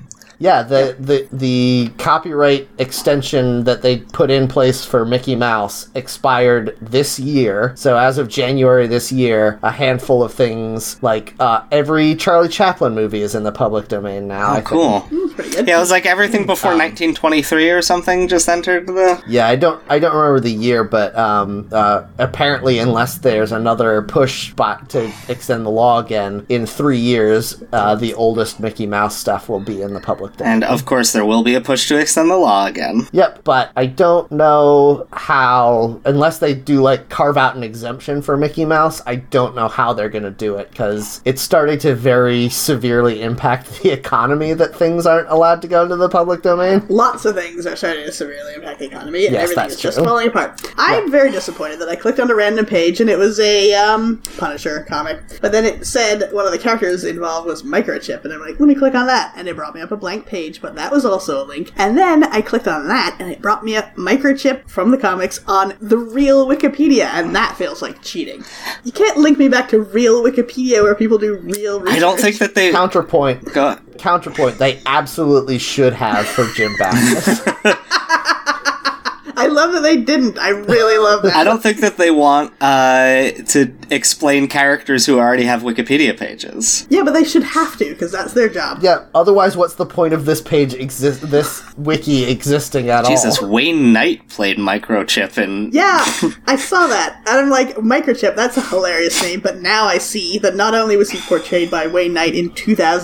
Yeah, the the the copyright extension that they put in place for Mickey Mouse expired this year. So as of January this year, a handful of things like uh, every Charlie Chaplin movie is in the public domain now. I think. Cool. It's Hmm, pretty good. Yeah, it was like everything before 1923 or something just entered the. Yeah, I don't I don't remember the year, but um, uh, apparently, unless there's another push bot to extend the law again in three years, uh, the oldest Mickey Mouse stuff will be in the public looked at. And of course, there will be a push to extend the law again. Yep, but I don't know how, unless they do like carve out an exemption for Mickey Mouse, I don't know how they're going to do it because it's starting to very severely impact the economy that things aren't allowed to go into the public domain. Lots of things are starting to severely impact the economy, and Yes, everything that's is just true. falling apart. I'm very disappointed that I clicked on a random page and it was a um, Punisher comic, but then it said one of the characters involved was microchip, and I'm like, let me click on that, and it brought me up a blank page, but that was also a link. And then I clicked on that, and it brought me up microchip from the comics on the real Wikipedia, and that feels like cheating. You can't link me back to real Wikipedia where people do real. Research. I don't think that they. Counterpoint, Go, counterpoint, they absolutely should have for Jim Baptist. I love that they didn't. I really love that. I don't think that they want uh, to explain characters who already have Wikipedia pages. Yeah, but they should have to because that's their job. yeah, otherwise, what's the point of this page exist, this wiki existing at Jesus, all? Wayne Knight played Microchip in. Oh. Yeah, I saw that, and I'm like, microchip. That's a hilarious name. But now I see that not only was he portrayed by Wayne Knight in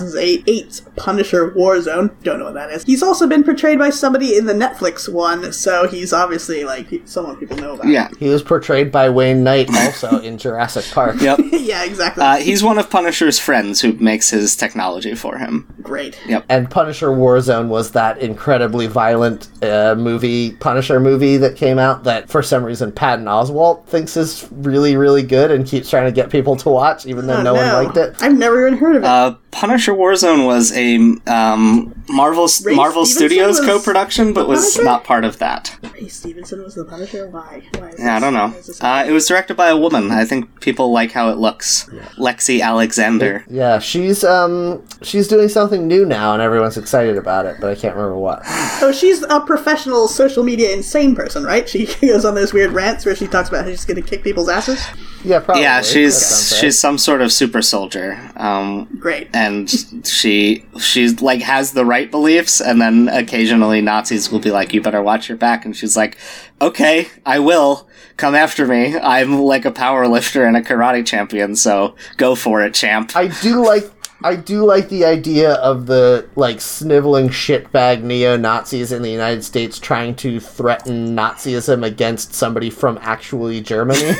2008's Punisher Warzone, don't know what that is. He's also been portrayed by somebody in the Netflix one, so he's obviously like he- someone people know about. Yeah. He was portrayed by Wayne Knight also in Jurassic Park. Yep. yeah, exactly. Uh, he's one of Punisher's friends who makes his technology for him. Great. and Punisher Warzone was that incredibly violent uh, movie, Punisher movie that came out that for some reason Patton Oswalt thinks is really, really good and keeps trying to get people to watch, even though Oh, no, one liked it. I've never even heard of it. Uh, Punisher Warzone was a um, Marvel Ray Marvel Stevenson Studios was co-production, but was Punisher? not part of that. Ray Stevenson was the Punisher. Why? Why is Yeah, I this- don't know. why is this- Uh, it was directed by a woman. I think people like how it looks. Lexi Alexander. Yeah, she's um she's doing something new now and everyone's excited about it, but I can't remember what. Oh, she's a professional social media insane person, right? She goes on those weird rants where she talks about how she's going to kick people's asses. Yeah, probably. Yeah, That she's sounds right. she's some sort of super soldier. Um, Great. and she she's like has the right beliefs and then occasionally Nazis will be like you better watch your back and she's like okay I will come after me I'm like a power lifter and a karate champion so go for it champ I do like I do like the idea of the like sniveling shitbag neo Nazis in the United States trying to threaten Nazism against somebody from actually Germany.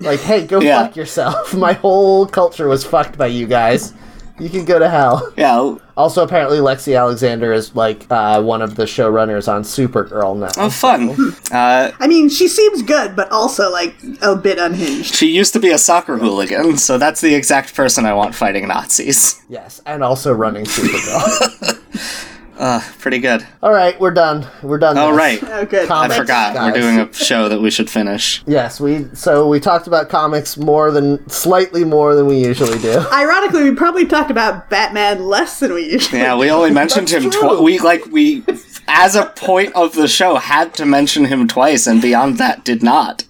like, hey, go Yeah. fuck yourself. My whole culture was fucked by you guys. You can go to hell. yeah Also, apparently, Lexi Alexander is like uh, one of the showrunners on Supergirl now. oh fun uh, I mean, she seems good, but also, like, a bit unhinged. she used to be a soccer hooligan so that's the exact person I want fighting Nazis Yes, and also running Supergirl. Uh, pretty good All right, we're done. We're done. all this. right Oh, good. I I Thanks, forgot guys. we're doing a show that we should finish Yes, we so we talked about comics more than slightly more than we usually do. Ironically, we probably talked about Batman less than we usually Yeah, we only mentioned That's him true. twice. We like we, as a point of the show, had to mention him twice, and beyond that, did not.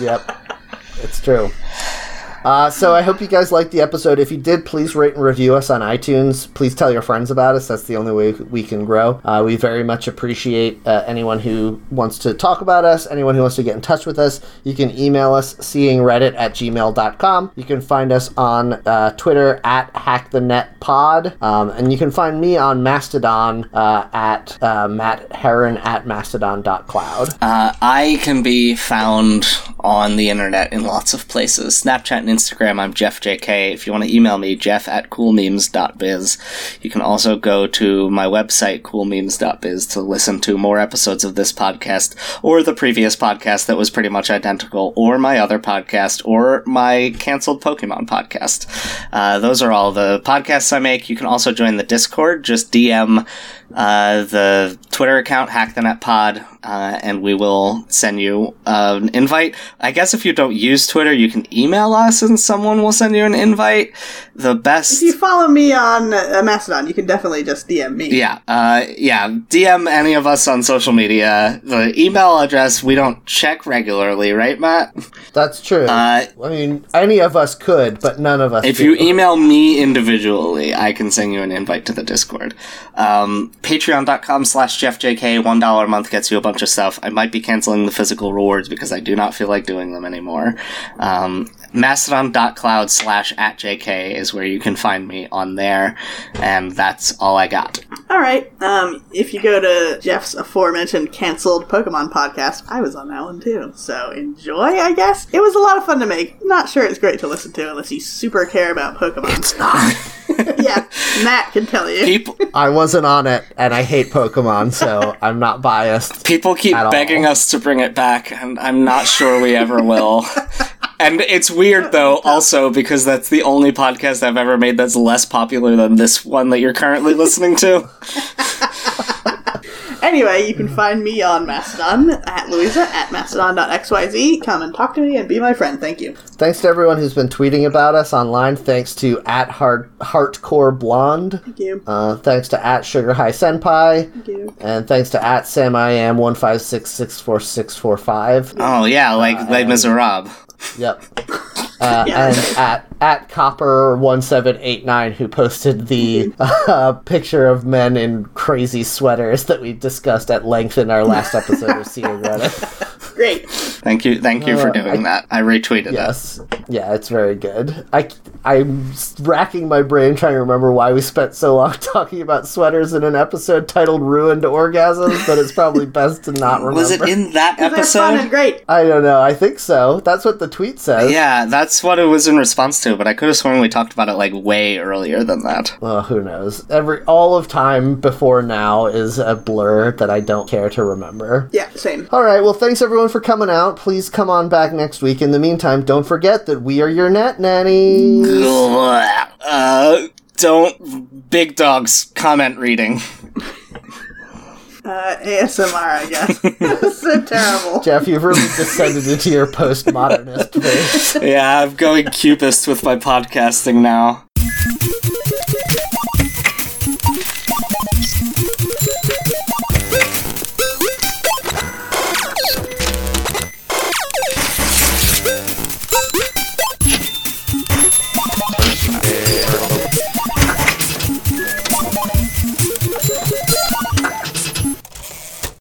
yep. It's true. Uh, so I hope you guys liked the episode. If you did, please rate and review us on iTunes. Please tell your friends about us. That's the only way we can grow. Uh, we very much appreciate uh, anyone who wants to talk about us, anyone who wants to get in touch with us. You can email us seeingreddit at gmail.com. You can find us on uh, Twitter at hackthenetpod. Um, and you can find me on Mastodon uh, at uh, Matt Heron at mastodon.cloud. Uh, I can be found on the internet in lots of places Snapchat and Instagram. I'm Jeff JK. If you want to email me, jeff at coolmemes.biz. You can also go to my website, coolmemes.biz, to listen to more episodes of this podcast or the previous podcast that was pretty much identical, or my other podcast, or my canceled Pokemon podcast. Uh, those are all the podcasts I make. You can also join the Discord. Just DM uh, the Twitter account, HackTheNetPod, uh, and we will send you uh, an invite. I guess if you don't use Twitter, you can email us and someone will send you an invite. The best. If you follow me on uh, Mastodon, you can definitely just DM me. Yeah, uh, yeah. DM any of us on social media. The email address we don't check regularly, right, Matt? That's true. Uh, I mean, any of us could, but none of us. If do. you email me individually, I can send you an invite to the Discord. Um, patreon.com slash jeffjk $1 a month gets you a bunch of stuff i might be canceling the physical rewards because i do not feel like doing them anymore um, mastodon.cloud slash at jk is where you can find me on there and that's all i got All right. Um, if you go to Jeff's aforementioned canceled Pokemon podcast, I was on that one too. So enjoy, I guess. It was a lot of fun to make. Not sure it's great to listen to unless you super care about Pokemon. It's not. yeah, Matt can tell you. people I wasn't on it, and I hate Pokemon, so I'm not biased. people keep At all. begging us to bring it back and i'm not sure we ever will and it's weird though also because that's the only podcast i've ever made that's less popular than this one that you're currently listening to Anyway, you can find me on Mastodon at Louisa at mastodon.xyz. Come and talk to me and be my friend. Thank you. Thanks to everyone who's been tweeting about us online. Thanks to at hard hardcore blonde. Thank you. Uh, thanks to at sugar high senpai. Thank you. And thanks to at Sam I am one five six six four six four five. oh yeah like les miserables Yep. Uh, Yeah. And at at copper one seven eight nine who posted the uh, picture of men in crazy sweaters that we discussed at length in our last episode of Seeing Reddit. Great. Thank you, thank you for doing that. I retweeted that. Yes, yeah, it's very good. I I'm racking my brain trying to remember why we spent so long talking about sweaters in an episode titled "Ruined Orgasms," but it's probably best to not remember. Was it in that They're fun and episode? great. I don't know. I think so. That's what the tweet says. Yeah, that's what it was in response to. But I could have sworn we talked about it like way earlier than that. Well, who knows? Every all of time before now is a blur that I don't care to remember. Yeah, same. All right. Well, thanks everyone for coming out. Please come on back next week. In the meantime, don't forget that we are your net nanny. Uh, don't big dogs comment reading. Uh, ASMR, I guess. That's so terrible. Jeff, you've really descended into your postmodernist phase. Yeah, I'm going cubist with my podcasting now.